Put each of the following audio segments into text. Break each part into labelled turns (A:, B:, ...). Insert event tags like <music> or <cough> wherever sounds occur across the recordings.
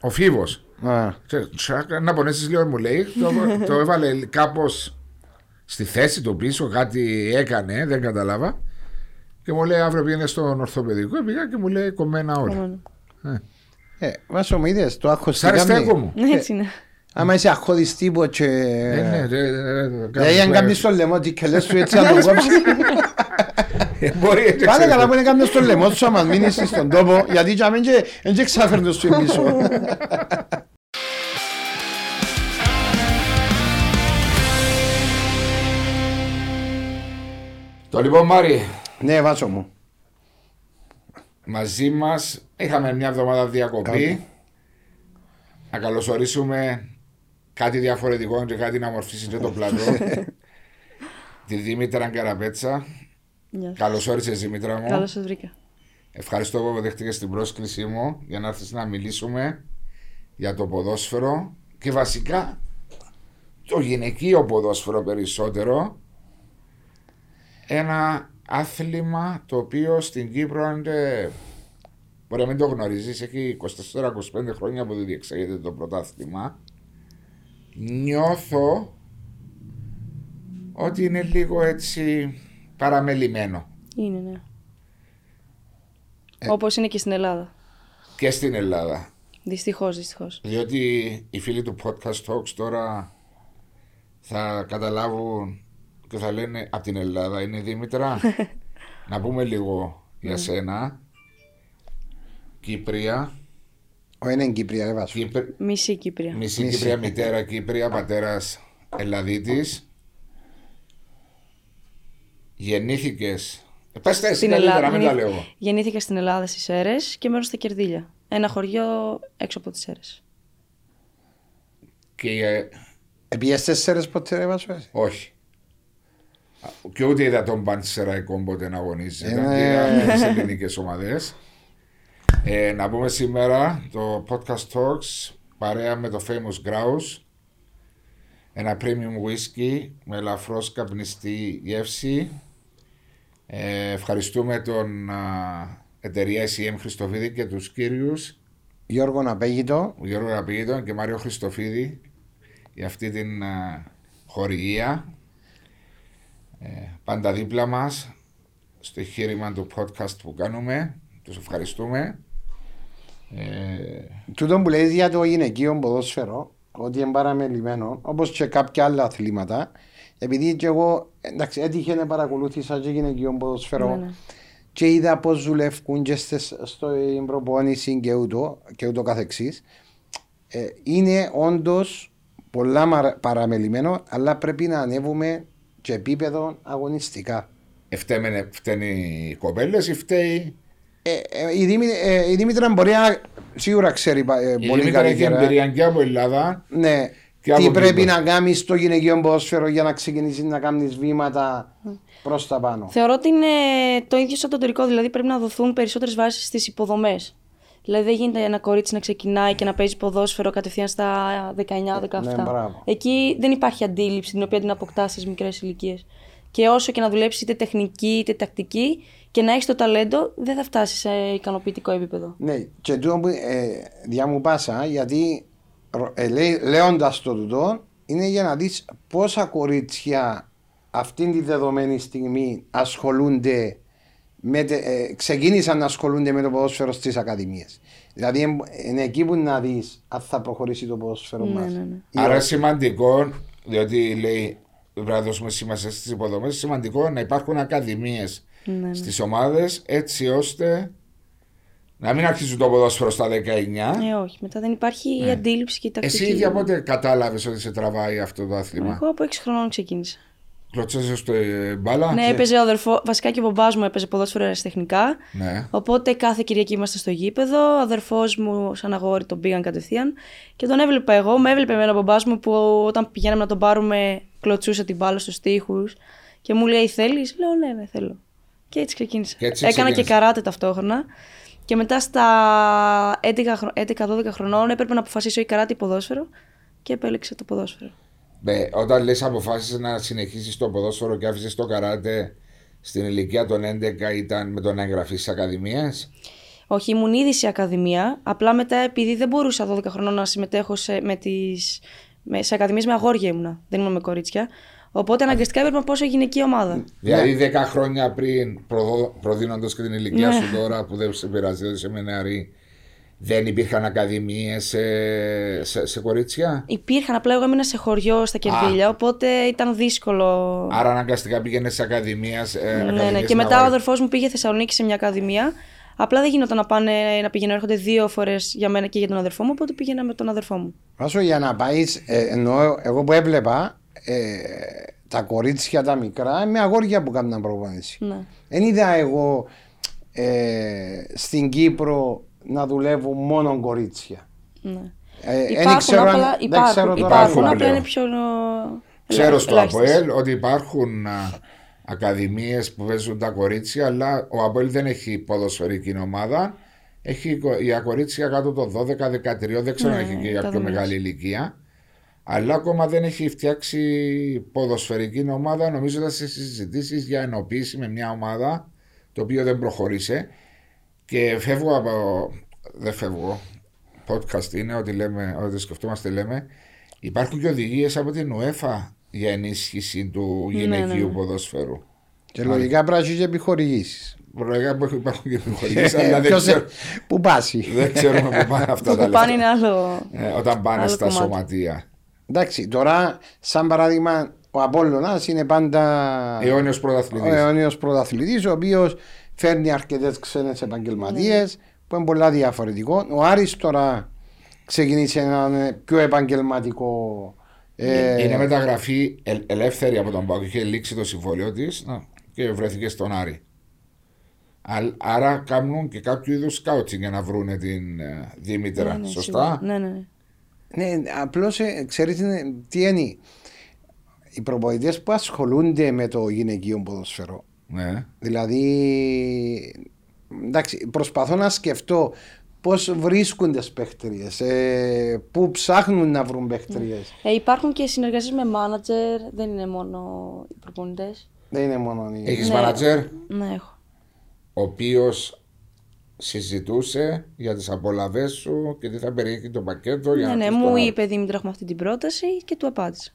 A: Ο Φίβος.
B: Ναι.
A: Να πονέσει λίγο, μου λέει. Το, το έβαλε κάπως στη θέση του πίσω, κάτι έκανε, δεν καταλάβα. Και μου λέει αύριο πήγαινε στον ορθοπαιδικό. Πήγα και μου λέει κομμένα όλα.
C: Μόνο.
B: Ε, Βάσο μου είδες, το
A: Σαν
B: αχωστήκαμε.
A: αριστέκο μου.
C: Ναι, έτσι είναι.
B: Άμα είσαι αχώδης τύπος και...
A: Ε, ναι, ναι, ναι, ναι,
B: Δηλαδή αν κάνεις το λαιμό τι και λες σου
A: <laughs>
B: έτσι αν το κόψεις. <laughs>
A: Ε, Μπορεί έτσι.
B: Πάνε καλά που είναι κάποιος το λαιμό σου άμα μείνεις στον τόπο γιατί και αμέν και- εν και ξάφερνε σου πίσω.
A: <laughs> Το λοιπόν, Μάρι,
B: Ναι Βάσο μου.
A: μαζί μας είχαμε μια εβδομάδα διακοπή.
B: Κάτι.
A: Να καλωσορίσουμε κάτι διαφορετικό και κάτι να μορφήσεις και το
B: <laughs>
A: πλατό. Τη Δήμητρα Καραπέτσα.
C: Γεια σας.
A: Καλώς όρισες, Δήμητρα μου.
C: Καλώς σας βρήκα.
A: Ευχαριστώ που αποδεχτήκε την πρόσκλησή μου για να έρθεις να μιλήσουμε για το ποδόσφαιρο και βασικά το γυναικείο ποδόσφαιρο περισσότερο. Ένα άθλημα το οποίο στην Κύπρο αν και μπορεί να μην το γνωρίζεις έχει 24-25 χρόνια που δεν διεξάγεται το πρωτάθλημα νιώθω ότι είναι λίγο έτσι παραμελημένο
C: Είναι, ναι.
A: Ε.
C: Όπως είναι και στην Ελλάδα.
A: και στην Ελλάδα.
C: Δυστυχώς, δυστυχώς.
A: Διότι οι φίλοι του Podcast Talks τώρα θα καταλάβουν και θα λένε από την Ελλάδα είναι η Δήμητρα. να πούμε λίγο για σένα. Κύπρια,
B: Ο είναι Κύπρια ρε Βάσο.
A: Κύπρ-
C: Μισή Κύπρια.
A: μισή
B: Μισή.
A: Κύπρια μητέρα, Κύπρια πατέρας Ελλαδίτης. Γεννήθηκες. Ε, Πες τα εσύ
C: Στην
A: καλύτερα, μην τα
C: γεννή-
A: λέω. εγώ.
C: Γεννήθηκα στην Ελλάδα στις Σέρες και μένω στα Κερδίλια. Ένα χωριό έξω από τις Σέρες.
A: Και ε,
B: Επίες τέσσερες ποτέ ρε Βάσο. εσύ?
A: όχι. Και ούτε είδα τον Πανσεραϊκό ποτέ να αγωνίζει. Ήταν
B: Ε,
A: και
B: ναι.
A: είδα τι ελληνικές ομάδες. Ε, να πούμε σήμερα το podcast talks παρέα με το Famous Grouse. Ένα premium whisky με ελαφρώς καπνιστή γεύση. Ε, ευχαριστούμε τον α, εταιρεία SEM Χριστοφίδη και τους κύριους
B: Γιώργο Απέγητο.
A: Γιώργο Αγαπηγήτων και Μάριο Χριστοφίδη για αυτή την α, χορηγία. Ε, πάντα δίπλα μας στο εγχείρημα του podcast που κάνουμε. Τους ευχαριστούμε. Ε,
B: Τούτο που λέει για το γυναικείο ποδόσφαιρο, ότι είναι παραμελημένο, όπως και κάποια άλλα αθλήματα, επειδή και εγώ εντάξει, έτυχε να παρακολούθησα και γυναικείο ποδόσφαιρο
C: Ναι, ναι.
B: και είδα πώς δουλεύουν και στις- στο στην προπόνηση και ούτω, και ούτω καθεξής. Ε, είναι όντως πολλά μαρα- παραμελημένο, αλλά πρέπει να ανέβουμε και επίπεδο αγωνιστικά.
A: φταίμε- φταίνε Ε, οι κοπέλες ή φταίει
B: Ε, ε, η, Δήμη- ε, η Δήμητρα μπορεί να σίγουρα ξέρει πα- ε,
A: η
B: πολύ
A: Δήμητρα έχει
B: καλύτερα.
A: εμπειρία και από Ελλάδα.
B: Ναι.
A: Και
B: τι
A: άλλο
B: πρέπει
A: βήμα.
B: να κάνεις στο γυναικείο ποδόσφαιρο για να ξεκινήσεις να κάνεις βήματα προς τα πάνω.
C: Θεωρώ ότι είναι το ίδιο σαν το τουρκικό, δηλαδή πρέπει να δοθούν περισσότερες βάσεις στις υποδομές. Δηλαδή δεν γίνεται ένα κορίτσι να ξεκινάει και να παίζει ποδόσφαιρο κατευθείαν στα 19-17.
B: Ναι, μπράβο.
C: Εκεί δεν υπάρχει αντίληψη την οποία την αποκτάς στις μικρές ηλικίες. Και όσο και να δουλέψεις είτε τεχνική είτε τακτική και να έχεις το ταλέντο, δεν θα φτάσεις σε ικανοποιητικό επίπεδο.
B: Ναι, και τούτο που ε, διά μου πάσα, γιατί ρο- ε, λέει, λέοντας το τούτο, είναι για να δεις πόσα κορίτσια αυτήν τη δεδομένη στιγμή ασχολούνται με, τε- ε, ξεκίνησαν να ασχολούνται με το ποδόσφαιρο στις ακαδημίες. Δηλαδή εμ- είναι εκεί που να δεις αν θα προχωρήσει το ποδόσφαιρο
C: Ναι,
B: μας.
C: ναι, ναι.
A: Άρα σημαντικό, διότι λέει πρέπει να δώσουμε σημασία στις υποδομές, σημαντικό να υπάρχουν ακαδημίες
C: Ναι, ναι.
A: στις ομάδες έτσι ώστε να μην αρχίζουν το ποδόσφαιρο στα 19.
C: Ε, όχι. Μετά δεν υπάρχει η αντίληψη και η τακτική.
A: Εσύ ίδια πότε κατάλαβες ότι σε τραβάει αυτό το άθλημα.
C: Εγώ από 6 χρονών ξεκίνησα.
A: Κλωτσέσαι στο ε, μπάλα.
C: Ναι, έπαιζε ο αδερφό. Βασικά και ο μπαμπάς μου έπαιζε ποδόσφαιρο αεραστεχνικά.
A: Ναι.
C: Οπότε κάθε Κυριακή είμαστε στο γήπεδο. Ο αδερφός μου, σαν αγόρι, τον πήγαν κατευθείαν. Και τον έβλεπα εγώ. Με έβλεπε εμένα ο μπαμπάς μου που όταν πηγαίναμε να τον πάρουμε, κλωτσούσε την μπάλα στους τοίχους. Και μου λέει: Θέλεις, λέω: Ναι, ναι, θέλω. Και έτσι ξεκίνησα.
A: Και έτσι
C: Έκανα και
A: ξεκίνησες.
C: καράτε ταυτόχρονα. Και μετά στα 11 χρο- 11-12 χρονών έπρεπε να αποφασίσω ή καράτε ή ποδόσφαιρο. Και επέλεξα το ποδόσφαιρο.
A: Ναι, όταν λες αποφάσισες να συνεχίσεις το ποδόσφαιρο και άφησες το καράτε στην ηλικία των 11 ήταν με το να εγγραφείς στις ακαδημίες.
C: Όχι, ήμουν ήδη σε ακαδημία. Απλά μετά, επειδή δεν μπορούσα 12 χρονών να συμμετέχω σε, με τις, με, σε ακαδημίες με αγόρια ήμουνα. Δεν ήμουν με κορίτσια. Οπότε αναγκαστικά έπρεπε να πάω σε γυναική ομάδα.
A: Δηλαδή 10 χρόνια πριν, προδίνοντας και την ηλικία
C: Ναι.
A: σου τώρα που δεν σε πειράζει, δεν σε με νεαρή, δεν υπήρχαν ακαδημίες σε, σε, σε κορίτσια.
C: Υπήρχαν, απλά εγώ έμεινα σε χωριό στα Κερβίλια, οπότε ήταν δύσκολο.
A: Άρα αναγκαστικά πήγαινες σε ακαδημίας. Ε,
C: Ε, ναι, ναι.
A: ακαδημίες
C: Και
A: με
C: μετά ο
A: αγόρια.
C: αδερφός μου πήγε Θεσσαλονίκη σε μια ακαδημία. Απλά δεν γινόταν να, πάνε, να πηγαίνω έρχονται δύο φορές για μένα και για τον αδερφό μου, οπότε πήγαινα με τον αδερφό μου.
B: Άσο για να πάεις, εννοώ, εγώ που έβλεπα ε, τα κορίτσια τα μικρά με αγόρια που κάνουν προπόνηση.
C: Ναι.
B: Δεν είδα εγώ ε, στην Κύπρο να δουλεύουν μόνο κορίτσια.
C: ναι.
B: Ε, εν
C: Υπάρχουν,
B: ξέρω αν-
C: απλά,
B: δεν
C: υπάρχουν,
B: ξέρω τώρα
A: υπάρχουν
C: υπάρχουν, απλά
A: πλέον.
C: είναι πιο.
A: Ξέρω στο
C: ελάχιστες.
A: Αποέλ ότι υπάρχουν ακαδημίες που παίζουν τα κορίτσια, αλλά ο Αποέλ δεν έχει ποδοσφαιρική ομάδα. Έχει κο- για κορίτσια κάτω των 12-13, δεν ξέρω αν
C: Ναι,
A: έχει και για πιο
C: εκατομμύρια.
A: μεγάλη ηλικία. Αλλά ακόμα δεν έχει φτιάξει ποδοσφαιρική ομάδα, νομίζω ήταν σε συζητήσεις για ενοποίηση με μια ομάδα το οποίο δεν προχωρήσε. Και φεύγω από. Δεν φεύγω. Podcast είναι ότι, λέμε, ότι σκεφτόμαστε, λέμε. Υπάρχουν και οδηγίες από την UEFA για ενίσχυση του
C: Ναι,
A: γυναικείου
C: ναι, ναι.
A: ποδοσφαιρού.
B: Και λογικά πρέπει να έχεις και
A: <laughs>
B: επιχορηγήσεις. Ε,
A: Προλογικά που υπάρχουν
C: <laughs>
A: και επιχορηγήσεις, αλλά Ναι, δεν,
B: Ποιος-
A: ξέρω,
B: Πού πάσει.
A: δεν ξέρουμε που πάνε αυτά
C: Το
A: τα
C: που πάνε είναι
A: λεφτά.
C: άλλο.
A: Ε, όταν πάνε
C: άλλο
A: στα
C: κομμάτι.
A: σωματεία.
B: Εντάξει, τώρα, σαν παράδειγμα, ο Απόλλωνας είναι πάντα
A: Αιώνιος πρωταθλητή.
B: ο αιώνιος πρωταθλητής, ο οποίος φέρνει αρκετές ξένες επαγγελματίες,
C: Ναι.
B: που είναι πολλά διαφορετικό. Ο Άρης τώρα ξεκινήσει έναν ε, πιο επαγγελματικό... ε,
A: Είναι μεταγραφή ελ- ελεύθερη από τον Πάκο. Είχε λήξει το συμβόλαιο της και βρέθηκε στον Άρη. Α- Άρα κάνουν και κάποιο είδους σκάουτσινγκ για να βρούνε την ε, Δήμητρα.
C: Ναι, ναι,
A: Σωστά.
C: σίγουρα. Ναι, ναι, ναι.
B: Ναι, απλώς ξέρεις τι είναι. Οι προπονητές που ασχολούνται με το γυναικείο ποδοσφαιρό.
A: Ναι.
B: Δηλαδή, εντάξει, προσπαθώ να σκεφτώ πώς βρίσκουν τις παίχτριες, ε, πού ψάχνουν να βρουν παίχτριες.
C: Ε, υπάρχουν και συνεργασίες με manager, δεν είναι μόνο οι προπονητές.
B: Δεν είναι μόνο οι...
A: Έχεις
C: Ναι.
A: μάνατζερ
C: Ναι, έχω.
A: ο οποίος συζητούσε για τις απολαυές σου και τι θα περιέχει το πακέτο. Για
C: Ναι,
A: να
C: ναι,
A: πεις
C: μου
A: τον Άρη.
C: είπε Δήμητρα, έχουμε αυτή την πρόταση και του απάντησα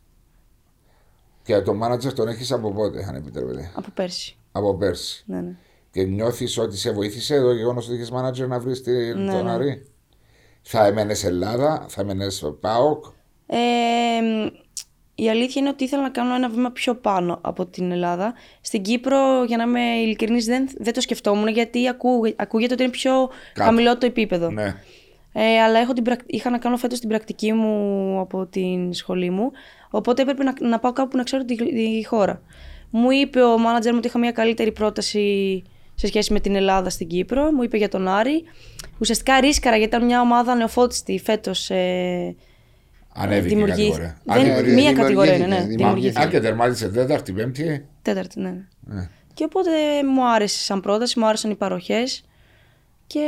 A: Και το μάνατζερ τον έχεις από πότε, αν επιτρέπετε.
C: από πέρσι.
A: Από πέρσι.
C: Ναι, ναι.
A: Και νιώθεις ότι σε βοήθησε το γεγονός ότι είχες μάνατζερ να βρεις
C: Ναι,
A: τον
C: ναι.
A: Άρη. Θα έμενες Ελλάδα, θα έμενες ΠΑΟΚ.
C: Ε, μ, η αλήθεια είναι ότι ήθελα να κάνω ένα βήμα πιο πάνω από την Ελλάδα. Στην Κύπρο, για να είμαι ειλικρινής, δεν, δεν το σκεφτόμουν γιατί ακούγε- ακούγεται ότι είναι πιο
A: Κάτω.
C: χαμηλό το επίπεδο.
A: Ναι.
C: Ε, αλλά έχω την πρακ- είχα να κάνω φέτος την πρακτική μου από την σχολή μου, οπότε έπρεπε να, να πάω κάπου που να ξέρω τη, τη χώρα. Μου είπε ο μάνατζερ μου ότι είχα μια καλύτερη πρόταση σε σχέση με την Ελλάδα στην Κύπρο, μου είπε για τον Άρη. Ουσιαστικά ρίσκαρα γιατί ήταν μια ομάδα νεοφώτιστη φέτος ε,
A: Ανέβηκε η
C: Δημιουργεί-
A: κατηγορία.
C: δεν-
A: Ανέβηκε.
C: μία κατηγορία είναι, ναι.
B: δημιουργήθηκε,
A: Α,
B: δημιουργήθηκε.
A: και τερμάτισε τέταρτη, πέμπτη.
C: Τέταρτη, ναι.
A: Ε,
C: Και οπότε μου άρεσε σαν πρόταση, μου άρεσαν οι παροχές και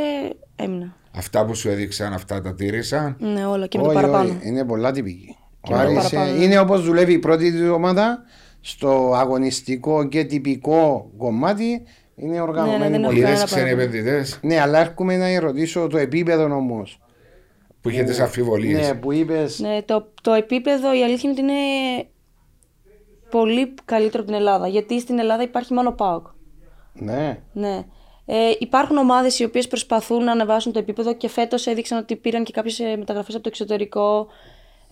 C: έμεινα.
A: Αυτά που σου έδειξαν, αυτά τα τήρησαν.
C: Ναι, όλα και με το
B: Όχι,
C: παραπάνω.
B: όχι, είναι πολλά τυπική.
C: Και
B: Ο
C: με το
B: Άρης, ε,
C: παραπάνω. ναι.
B: είναι όπως δουλεύει η πρώτη του ομάδα στο αγωνιστικό και τυπικό κομμάτι, είναι
C: ναι,
B: οργανωμένη
C: δεν
B: πολύ.
C: έχω
A: Είδε
C: κανένα
A: ξένοι
C: παράπονο.
A: επενδυτέ
B: Ναι, αλλά έρχομαι να ερωτήσω το επίπεδο όμως.
A: που είχε τις αμφιβολίες.
B: Ναι, που είπες.
C: Ναι, το, το επίπεδο η αλήθεια είναι ότι είναι πολύ καλύτερο από την Ελλάδα. Γιατί στην Ελλάδα υπάρχει μόνο ΠΑΟΚ.
B: Ναι.
C: Ναι. Ε, υπάρχουν ομάδες οι οποίες προσπαθούν να ανεβάσουν το επίπεδο και φέτος έδειξαν ότι πήραν και κάποιες ε, μεταγραφές από το εξωτερικό.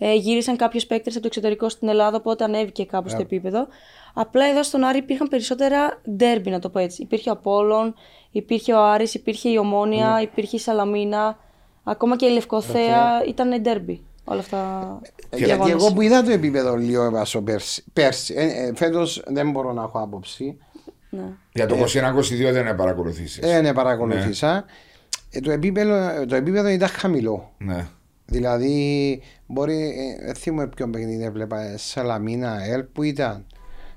C: Ε, γύρισαν κάποιους παίκτες από το εξωτερικό στην Ελλάδα, οπότε ανέβηκε κάπως το επίπεδο. Απλά εδώ στον Άρη υπήρχαν περισσότερα ντέρμπι, να το πω έτσι. Υπήρχε ο Απόλλων, υπήρχε ο Άρης, υπήρχε η Ομόνια,
A: Ναι.
C: υπήρχε η Σαλαμίνα, ακόμα και η Λευκοθέα ήταν ντέρμπι. Όλα αυτά. οι
B: Γιατί
C: αγώνες.
B: εγώ που είδα το επίπεδο λίγο έβασο πέρσι. πέρσι ε, ε, Φέτος δεν μπορώ να έχω άποψη.
C: Ναι.
A: Για το 21-22 δεν παρακολουθήσεις.
B: Ε, ναι, παρακολουθήσα. Ε, το, επίπεδο, το επίπεδο ήταν χαμηλό.
A: Ναι.
B: Δηλαδή, μπορεί. ε, Ε, θυμούμαι ποιο παιχνίδι έβλεπα. ε, Σαλαμίνα, ΕΛ που ήταν.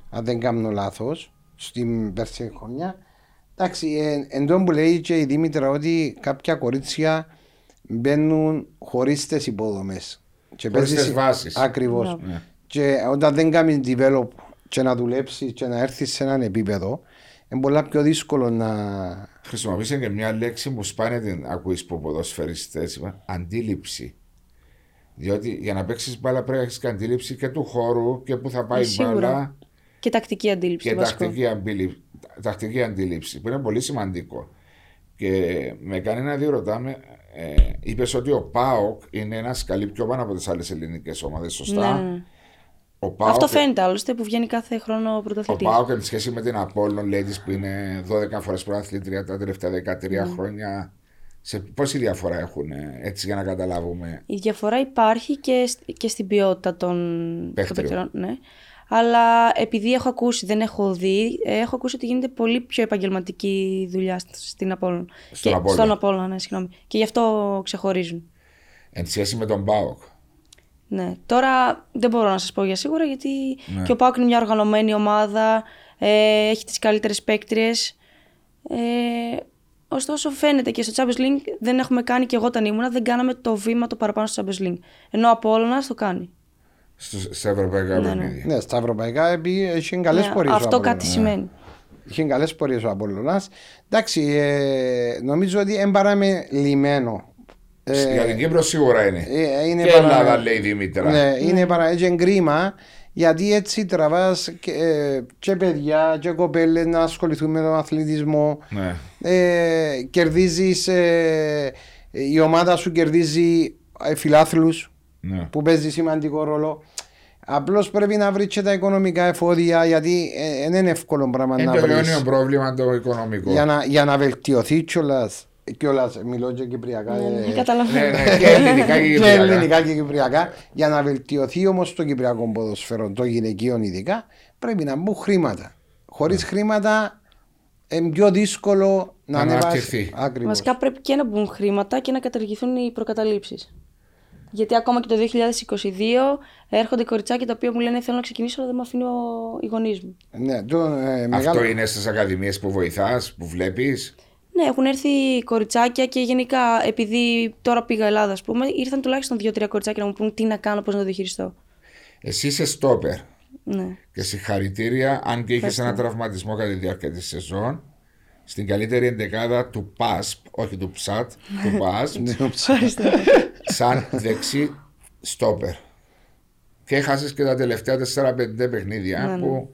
B: Αν δεν κάνω λάθος, στην περσινή χρονιά. Εντάξει, ε, εν τω που λέει και η Δήμητρα ότι κάποια κορίτσια μπαίνουν χωρίς τις υποδομές.
A: Χωρίς τις βάσεις.
B: Ακριβώς.
C: Μπράβο.
B: Και όταν δεν κάνεις develop και να δουλέψεις και να έρθεις σε έναν επίπεδο, είναι πολλά πιο δύσκολο να.
A: Χρησιμοποίησαν και μια λέξη που σπάνια την ακούεις από ποδοσφαιριστές. Αντίληψη. Διότι για να παίξεις μπάλα πρέπει να έχεις και αντίληψη και του χώρου και πού θα πάει η
C: Ε, Σίγουρα.
A: μπάλα
C: Και τακτική αντίληψη.
A: και
C: το βασικό.
A: τακτική, αμπίλη- τακτική αντίληψη που είναι πολύ σημαντικό. Και με κανένα δύο ρωτάμε, ε, είπες ότι ο ΠΑΟΚ είναι ένας καλή πιο πάνω από τις άλλες ελληνικές ομάδες, σωστά.
C: Ναι, ναι, ναι.
A: Ο ΠΑΟΚ,
C: Αυτό φαίνεται άλλωστε που βγαίνει κάθε χρόνο ο
A: Ο
C: πρωταθλητής.
A: ΠΑΟΚ εν σχέση με την Απόλλων Ladies που είναι 12 φορές πρωταθλήτρια τα τελευταία 13
B: Ναι.
A: χρόνια. Σε πόση διαφορά έχουν, ε, έτσι για να καταλάβουμε.
C: Η διαφορά υπάρχει και, σ- και στην ποιότητα των των
A: Παίχτριων.
C: παιχτριών. Ναι. Αλλά επειδή έχω ακούσει, δεν έχω δει, ε, έχω ακούσει ότι γίνεται πολύ πιο επαγγελματική δουλειά σ- στην Απόλλων.
A: Στον
C: Και-
A: Απόλλων.
C: Στον Απόλλων, ναι, συγγνώμη. Και γι' αυτό ξεχωρίζουν.
A: Εν σχέση με τον ΠΑΟΚ.
C: Ναι. Τώρα δεν μπορώ να σας πω για σίγουρα γιατί και ο Πάουκ είναι μια οργανωμένη ομάδα. Ε, έχει τις καλύτερες παίκτριες. Ε, ωστόσο, φαίνεται και στο Champions League δεν έχουμε κάνει και εγώ όταν ήμουνα, δεν κάναμε το βήμα το παραπάνω στο Champions League. Ενώ από όλα να το κάνει.
A: στους- Στα ευρωπαϊκά παιχνίδια.
B: Ναι, στα ευρωπαϊκά έχει καλές
C: Ναι,
B: πορείες.
C: αυτό κάτι σημαίνει.
B: Είχε καλές πορείες ο Απόλλωνας. Εντάξει, ε, νομίζω ότι έμπαραμε λιμένο.
A: Για την Κύπρο σίγουρα είναι.
B: Ε, είναι
A: και
B: παρα-
A: Ελλάδα λέει η Δήμητρα.
B: Ναι, είναι παρά έτσι κρίμα γιατί έτσι τραβάς και, ε, και παιδιά και κοπέλες να ασχοληθούν με τον αθλητισμό.
A: Ναι.
B: Ε, κερδίζεις, ε, η ομάδα σου κερδίζει ε, φιλάθλους
A: ναι.
B: που παίζει σημαντικό ρόλο. Απλώς πρέπει να βρεις και τα οικονομικά εφόδια γιατί ε, δεν είναι εύκολο πράγμα
A: Είναι
B: να
A: το
B: βρεις.
A: αιώνιο πρόβλημα το οικονομικό.
B: Για να, για να βελτιωθεί κιόλας. Κιόλας, μιλώ και κυπριακά.
C: Ναι,
B: ε,
C: ναι,
A: Ναι,
C: καταλαβαίνω.
A: ναι, και
B: <laughs>
A: ελληνικά και
B: και
A: κυπριακά.
B: ελληνικά και κυπριακά. Για να βελτιωθεί όμως το κυπριακό ποδοσφαίρο, το γυναικείο ειδικά, πρέπει να μπουν χρήματα. Χωρίς χρήματα είναι πιο δύσκολο να
A: Ναι. Να
B: ανεβάσει.
A: αναπτυχθεί.
B: Ακριβώς.
C: Βασικά πρέπει και να μπουν χρήματα και να καταργηθούν οι προκαταλήψεις. Γιατί ακόμα και το 2022 έρχονται κοριτσάκια τα οποία μου λένε Θέλω να ξεκινήσω, αλλά δεν με αφήνει ο- οι γονείς μου.
B: Ναι, το, ε, μεγάλο-
A: Αυτό είναι στις ακαδημίες που βοηθάς, που βλέπεις.
C: Ναι, έχουν έρθει κοριτσάκια και γενικά, επειδή τώρα πήγα Ελλάδα, ας πούμε, ήρθαν τουλάχιστον δύο-τρία κοριτσάκια να μου πούν τι να κάνω, πώς να το διαχειριστώ.
A: Εσύ είσαι στόπερ
C: Ναι.
A: και συγχαρητήρια αν και είχες
C: Ευχαριστώ.
A: ένα τραυματισμό κατά τη διάρκεια της σεζόν στην καλύτερη εντεκάδα του ΠΑΣΠ, όχι του ΨΑΤ, του
C: Ναι.
A: ΠΑΣΠ, σαν δεξί στόπερ. Και έχασες και τα τελευταία 4-5 παιχνίδια
C: Ναι,
A: που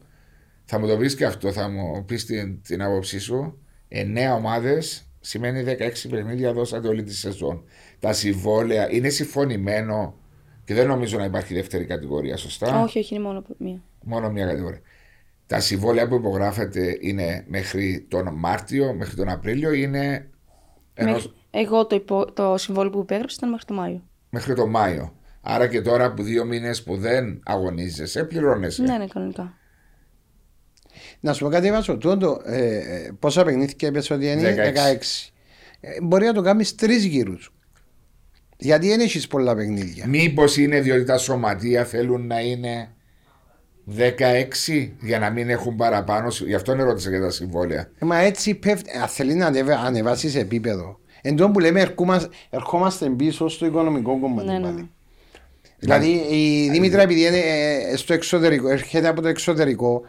A: θα μου το πεις και αυτό, θα μου πεις την, την άποψή σου. 9 ομάδες σημαίνει 16 παιχνίδια δώσατε όλη τη σεζόν. Τα συμβόλαια είναι συμφωνημένο και δεν νομίζω να υπάρχει δεύτερη κατηγορία, σωστά.
C: όχι, όχι, είναι μόνο μία.
A: Μόνο μια κατηγορία. Τα συμβόλαια που υπογράφετε είναι μέχρι τον Μάρτιο, μέχρι τον Απρίλιο ή είναι ενός-
C: Μέχρι- Εγώ το, υπο... το συμβόλαιο που υπέγραψα ήταν μέχρι το Μάιο.
A: μέχρι τον Μάιο. Άρα και τώρα που δύο μήνες που δεν αγωνίζεσαι, πληρώνεσαι.
C: Ναι, ναι, κανονικά.
B: Να σου πω κάτι, Βάσο. Τόντο, ε, ε, πόσα παιχνίδια είπε ότι είναι 16.
A: 16.
B: Ε, μπορεί να το κάνεις τρεις γύρους. Γιατί δεν έχεις πολλά παιχνίδια.
A: Μήπως είναι διότι τα σωματεία θέλουν να είναι 16 για να μην έχουν παραπάνω. συ- Γι' αυτό ρώτησα για τα συμβόλαια.
B: Ε, Μα έτσι πέφτει. Αν θέλει να ανεβα- ανεβάσεις επίπεδο. Εν τω που λέμε, ερχόμαστε, ερχόμαστε πίσω στο οικονομικό κομμάτι.
C: Ναι, ναι.
B: πάλι. Δηλαδή η Δήμητρα επειδή είναι ε, στο εξωτερικό, έρχεται από το εξωτερικό,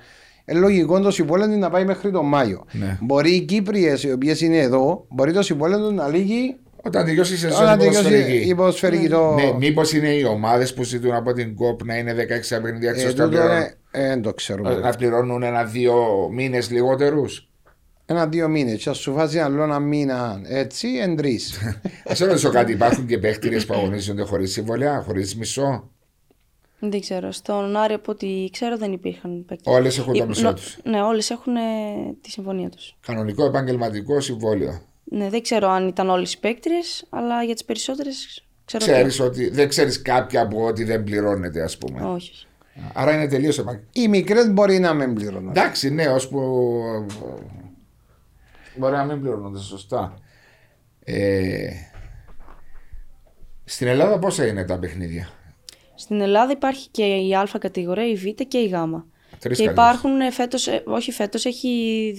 B: ε, λογικό το συμβόλαιο να πάει μέχρι τον Μάιο.
A: Ναι.
B: Μπορεί οι Κύπριες οι οποίες είναι εδώ, μπορεί το συμβόλαιο να λύγει
A: Όταν τελειώσει η σεζόν
B: όταν τελειώσει
A: ποδοσφαιρική.
B: η ποδοσφαιρική το.
A: Ναι, Μήπως είναι οι ομάδες που ζητούν από την ΚΟΠ να είναι 16 παιχνίδια
B: Ε,
A: εξώ
B: τούτο,
A: να πληρώνουν-
B: ε, ε, Δεν το ξέρω.
A: να πληρώνουν ένα-δύο μήνες λιγότερους.
B: Ένα-δύο μήνε. Και ας σου βάζει άλλο ένα μήνα έτσι, εν τρεις. <laughs>
A: Α ρωτήσω κάτι, υπάρχουν και παίχτηρες που αγωνίζονται χωρίς συμβολία, χωρίς μισό.
C: Δεν ξέρω. Στον Άρη, από ό,τι ξέρω, δεν υπήρχαν παίκτες.
A: Όλες έχουν το
C: Υπ-
A: μισό
C: νο-
A: τους.
C: Ναι, όλες έχουν ε, τη συμφωνία τους.
A: Κανονικό επαγγελματικό συμβόλαιο.
C: Ναι, δεν ξέρω αν ήταν όλες οι παίκτριες, αλλά για τις περισσότερες ξέρω. ότι-
A: Ξέρεις ότι, δεν ξέρεις κάποια που ότι δεν πληρώνεται, ας πούμε.
C: Όχι. όχι.
A: Άρα είναι τελείως επαγγελματικό.
B: Οι μικρές μπορεί να με πληρώνουν.
A: Εντάξει, ναι, ώσπου. Μπορεί να μην πληρώνονται σωστά. Ε, στην Ελλάδα πόσα είναι τα παιχνίδια.
C: Στην Ελλάδα υπάρχει και η Α κατηγορία, η Β και η Γ.
A: Τρεις
C: και
A: κατηγορίες.
C: υπάρχουν ε, φέτος, ε, όχι φέτος, έχει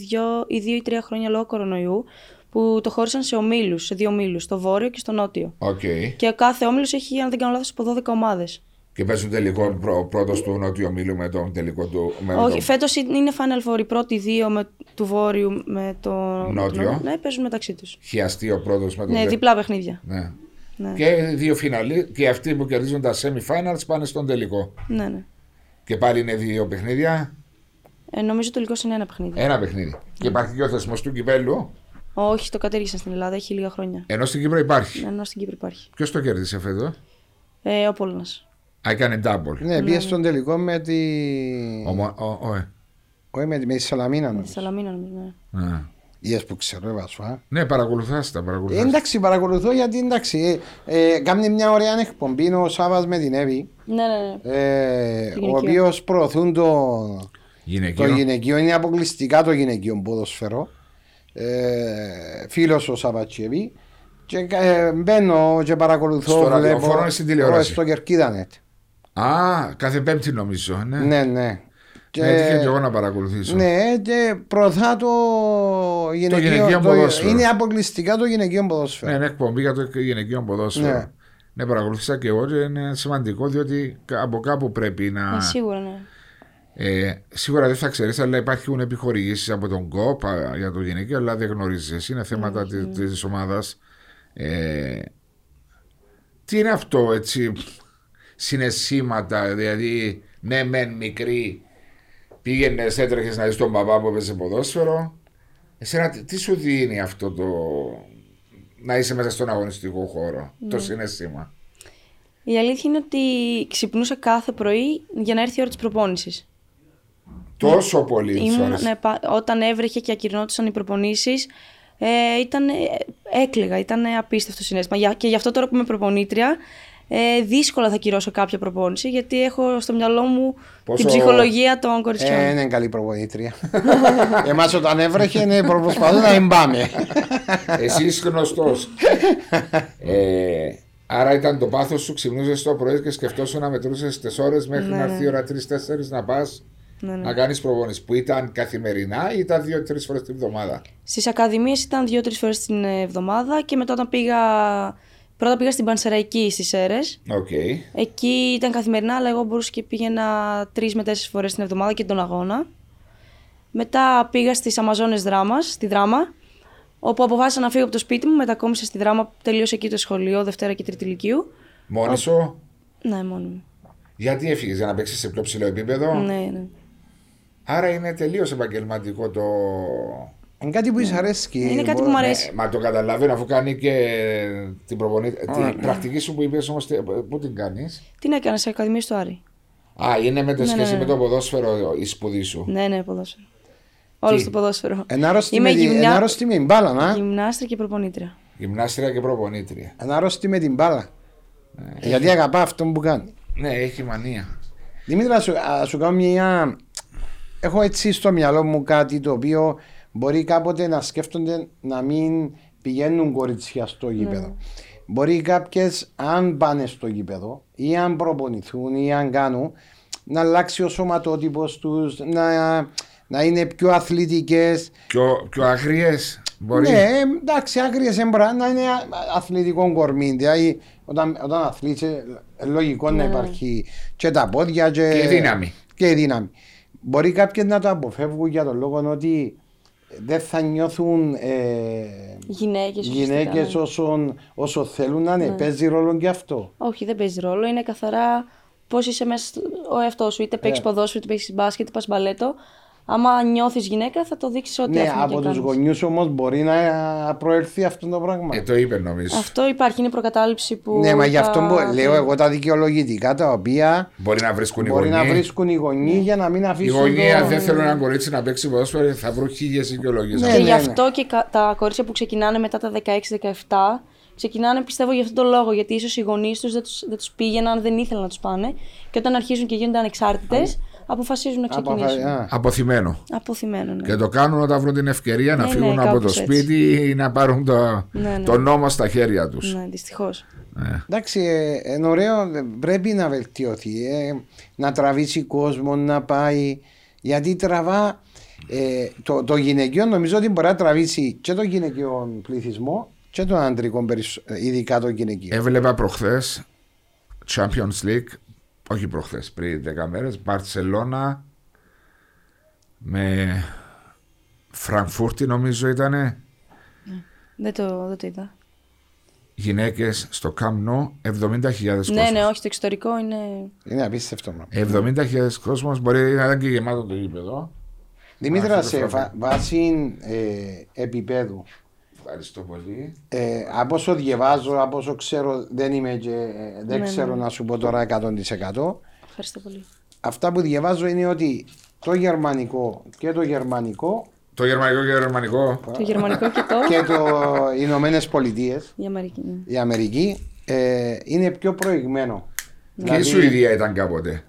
C: δύο ή δύο ή τρία χρόνια λόγω κορονοϊού που το χώρισαν σε ομίλους, σε δύο ομίλους, στο βόρειο και στο νότιο.
A: Οκ.
C: Και ο κάθε όμιλος έχει, αν δεν κάνω λάθος, από 12 ομάδες.
A: Και παίζουν τελικό ο πρώτος του Νότιου Ομίλου με τον τελικό του. Με
C: Όχι,
A: τον...
C: φέτος είναι Final Four. Οι πρώτοι δύο με, του Βόρειου με το.
A: Νότιο.
C: Ναι, παίζουν μεταξύ τους.
A: Χιαστεί ο πρώτος με τον.
C: Ναι,
A: δε-
C: διπλά παιχνίδια.
A: Ναι.
C: Ναι.
A: Και δύο φιναλί, και αυτοί που κερδίζουν τα semi-finals πάνε στον τελικό.
C: Ναι, ναι.
A: Και πάλι είναι δύο παιχνίδια,
C: Ε, νομίζω τελικώ είναι ένα παιχνίδι.
A: ένα παιχνίδι. Και υπάρχει και ο θεσμός του κυπέλου,
C: Όχι, το κατήργησαν στην Ελλάδα, έχει λίγα χρόνια. Ναι,
A: ενώ στην Κύπρο υπάρχει.
C: Ενώ στην Κύπρο υπάρχει.
A: Ποιος το κέρδισε φέτος,
C: Ε, ο Πόλωνας.
A: έκανε double.
B: Ναι, πήγε στον τελικό με τη.
A: Ο, Μο- ο- ο- ε,
B: Όχι, με, τη- με τη Σαλαμίνα
C: Τη
B: νομίζω.
C: Σαλαμίνα, νομίζω. Ναι.
A: ναι.
B: Yes, που ξέρω, ρε, βασό, α.
A: Ναι, παρακολουθάς τα,
B: Ε,
A: παρακολουθάς.
B: εντάξει, παρακολουθώ γιατί εντάξει. Ε, ε, κάνει μια ωραία εκπομπή είναι ο Σάβα με την Εύη.
C: ναι, ναι, ναι.
B: Ε, ο
C: γυναικείο.
B: οποίος προωθούν το, το
A: Γυναικείο.
B: γυναικείο, είναι αποκλειστικά το γυναικείο ποδοσφαιρό. Ε, Φίλος ο Σαββατσιεβή. Και ε, μπαίνω και παρακολουθώ.
A: Στο
B: βλέπω-
A: ραδιόφωνο ή στην τηλεόραση?
B: Στο Κερκίδανετ.
A: Α, κάθε Πέμπτη νομίζω. Ναι, ναι.
B: Ναι, ναι. Και-
A: έτυχε και εγώ να παρακολουθήσω.
B: ναι, και προωθά το γυναικείο,
A: γυναικείο ποδόσφαιρο.
B: Είναι αποκλειστικά το γυναικείο ποδόσφαιρο.
A: Ναι, είναι εκπομπή για το γυναικείο ποδόσφαιρο. Ναι.
B: Ναι.
A: παρακολουθήσα και εγώ και είναι σημαντικό διότι κα- από κάπου πρέπει να.
C: Ε, σίγουρα, ναι.
A: Ε, σίγουρα δεν θα ξέρεις, αλλά υπάρχουν επιχορηγήσεις από τον ΚΟΠ α, για το γυναικείο, αλλά δεν γνωρίζεις. Είναι θέματα mm. τη ομάδας. Ε, τι είναι αυτό, έτσι. Συναισθήματα, δηλαδή, ναι, μεν μικρή. Πήγαινες, έτρεχες να δεις τον παπά που έπαιζε ποδόσφαιρο. Εσένα, τι- τι σου δίνει αυτό το. να είσαι μέσα στον αγωνιστικό χώρο, το συνέστημα.
C: Η αλήθεια είναι ότι ξυπνούσα κάθε πρωί για να έρθει η ώρα της προπόνησης.
A: Τόσο πολύ. της
C: Ήμουν,
A: ώρας.
C: ναι, πα- όταν έβρεχε και ακυρνόντουσαν οι προπονήσεις, ε, ήταν, ε, έκλαιγα. Ήταν ε, απίστευτο συνέστημα. Για- Και γι' αυτό τώρα που είμαι προπονήτρια, ε, δύσκολα θα κυρώσω κάποια προπόνηση, γιατί έχω στο μυαλό μου
A: Πόσο-
C: την ψυχολογία των κοριτσιών.
B: Ε, είναι καλή <laughs> προπονήτρια. Εμάς όταν έβρεχε, ναι, προ- προσπαθούμε να μην πάμε.
A: Εσύ είσαι γνωστός. ε, άρα ήταν το πάθος σου, ξυπνούσες το πρωί και σκεφτόσου να μετρούσες τις ώρες μέχρι να έρθει η ώρα 3-4 να πας
C: Ναι, ναι.
A: να κάνεις προπόνηση. Που ήταν καθημερινά ή ήταν 2-3 φορές την εβδομάδα.
C: Στις ακαδημίες ήταν δύο-τρει φορές την εβδομάδα και μετά όταν πήγα. Πρώτα πήγα στην Πανσεραϊκή στις ΕΡΕΣ.
A: Οκ.
C: Εκεί ήταν καθημερινά, αλλά εγώ μπορούσα και πήγαινα τρεις με τέσσερις φορές την εβδομάδα και τον αγώνα. Μετά πήγα στις Αμαζόνες Δράμας, στη Δράμα, όπου αποφάσισα να φύγω από το σπίτι μου. Μετακόμισα στη Δράμα, τελείωσε εκεί το σχολείο, Δευτέρα και Τρίτη Λυκείου.
A: Μόνη σου,
C: Ναι, μόνο μου.
A: γιατί έφυγες για να παίξεις σε πιο ψηλό επίπεδο.
C: Ναι, ναι.
A: Άρα είναι τελείως επαγγελματικό το.
B: Είναι κάτι που είσαι αρέσκει.
C: Είναι κάτι που μου αρέσει.
A: Ε, μα το καταλαβαίνω αφού κάνει και την προπονήτρια. Την πρακτική σου που είπες όμως, πού την κάνεις.
C: Τι να έκανα, σε ακαδημίε του Άρη.
A: Α, είναι με το
C: Ναι,
A: σχέση
C: ναι.
A: με το ποδόσφαιρο η σπουδή σου.
C: Ναι, ναι, ποδόσφαιρο. Όλο στο ποδόσφαιρο.
B: Ενάρρωστη
C: Είμαι
B: με, τη-
C: γυμνά-
B: ενάρρωστη με την μπάλα, να.
C: Γυμνάστρια και προπονήτρια.
A: Γυμνάστρια και προπονήτρια.
B: Ενάρρωστη με την μπάλα.
A: Ε,
B: Γιατί αγαπά αυτό που κάνει.
A: Ναι, έχει μανία.
B: Δημήτρα, σου, ας, σου κάνω μια. Έχω έτσι στο μυαλό μου κάτι το οποίο μπορεί κάποτε να σκέφτονται να μην πηγαίνουν κοριτσιά στο γήπεδο. Μπορεί κάποιες, αν πάνε στο γήπεδο ή αν προπονηθούν ή αν κάνουν, να αλλάξει ο σωματότυπος τους, να, να είναι πιο αθλητικές.
A: Πιο, πιο αγριέ μπορεί.
B: Ναι, ε, εντάξει, άγριες εμπρά να είναι α- αθλητικό κορμί. Δηλαδή, όταν, όταν αθλείσαι, ε, λογικό
C: Ναι.
B: να υπάρχει και τα πόδια και,
A: Και η δύναμη.
B: Και η δύναμη. Μπορεί κάποιοι να το αποφεύγουν για τον λόγο ότι δεν θα νιώθουν ε,
C: Γυναίκες.
B: γυναίκε
C: ναι.
B: όσο, όσο θέλουν να είναι. Παίζει ρόλο και αυτό.
C: Όχι, δεν παίζει ρόλο. Είναι καθαρά πώς είσαι μέσα στο- ο εαυτός σου. Είτε παίξεις
B: Ε.
C: ποδόσφαιρο, είτε παίξεις μπάσκετ, είτε πας μπαλέτο. Άμα νιώθεις γυναίκα, θα το δείξεις ό,τι
B: ναι,
C: άθλημα και
B: από τους
C: κάνεις.
B: γονιούς όμως μπορεί να προερθεί αυτό το πράγμα.
A: Ε, το είπε νομίζω.
C: Αυτό υπάρχει, είναι προκατάληψη που.
B: ναι, μα γι'
C: τα-
B: αυτό μπο- λέω εγώ τα δικαιολογητικά τα οποία
A: Μπορεί να βρίσκουν οι
B: μπορεί να
A: γονεί.
B: βρίσκουν οι γονεί
C: Ναι.
B: για να μην
A: Οι
B: αφήσουν.
A: γονεί,
B: το-
A: αν δεν θέλουν ένα κορίτσι να παίξει ποδόσφαιρο, ε, θα βρουν χίλιες δικαιολογίες.
B: Ναι,
C: Και
B: ναι.
C: γι' αυτό και κα- τα κορίτσια που ξεκινάνε μετά τα 16-17, ξεκινάνε πιστεύω γι' αυτόν τον λόγο. Γιατί ίσως οι γονείς τους δεν τους δεν τους πήγαιναν, δεν ήθελαν να τους πάνε. Και όταν αρχίζουν και γίνονται ανεξάρτητες, αποφασίζουν να
B: Απα-
C: ξεκινήσουν.
B: α,
A: Αποθυμένο.
C: Αποθυμένο, ναι.
A: Και το κάνουν όταν βρουν την ευκαιρία να
C: Ναι,
A: φύγουν
C: ναι,
A: από το
C: κάπως έτσι.
A: σπίτι ή να πάρουν το,
C: Ναι, ναι.
A: το νόμο στα χέρια Ναι. τους.
C: Ναι, δυστυχώς.
B: Εντάξει, ε, είναι ωραίο, ε, πρέπει να βελτιωθεί, ε, να τραβήσει κόσμο, να πάει, γιατί τραβά ε, το, το γυναικείο νομίζω ότι μπορεί να τραβήσει και τον γυναικείο πληθυσμό και τον
A: Ε.
B: αντρικό, περισ- ειδικά τον γυναικείο.
A: Έβλεπα προχθές Champions League όχι προχθές, πριν 10 μέρες, Μπαρσελόνα με Φραγκφούρτη, νομίζω ήταν.
C: Δεν το, δεν το είδα.
A: Γυναίκες στο Καμνό, 70.000 κόσμο.
C: Ναι, ναι, όχι, το εξωτερικό είναι.
B: Είναι απίστευτο.
A: Ε,
B: μα.
A: 70.000 κόσμος μπορεί να ήταν και γεμάτο το γήπεδο.
B: Δημήτρας,
A: αυτό το
B: σε
A: πράγμα.
B: βα- βάση ε, επίπεδου,
A: Ευχαριστώ πολύ.
B: ε, από όσο διαβάζω, από όσο ξέρω, δεν είμαι και, ε, δεν
C: Ναι,
B: ξέρω
C: ναι.
B: να σου πω τώρα 100%.
C: Ευχαριστώ πολύ.
B: Αυτά που διαβάζω είναι ότι το γερμανικό και το γερμανικό
A: Το γερμανικό και το ρωμανικό.
C: Το γερμανικό και το.
B: και
A: <laughs>
B: το Ηνωμένες Πολιτείες,
C: Η Αμερική. ναι.
B: η Αμερική, ε, είναι πιο προηγμένο. Δηλαδή,
A: Και η Σουηδία ήταν κάποτε.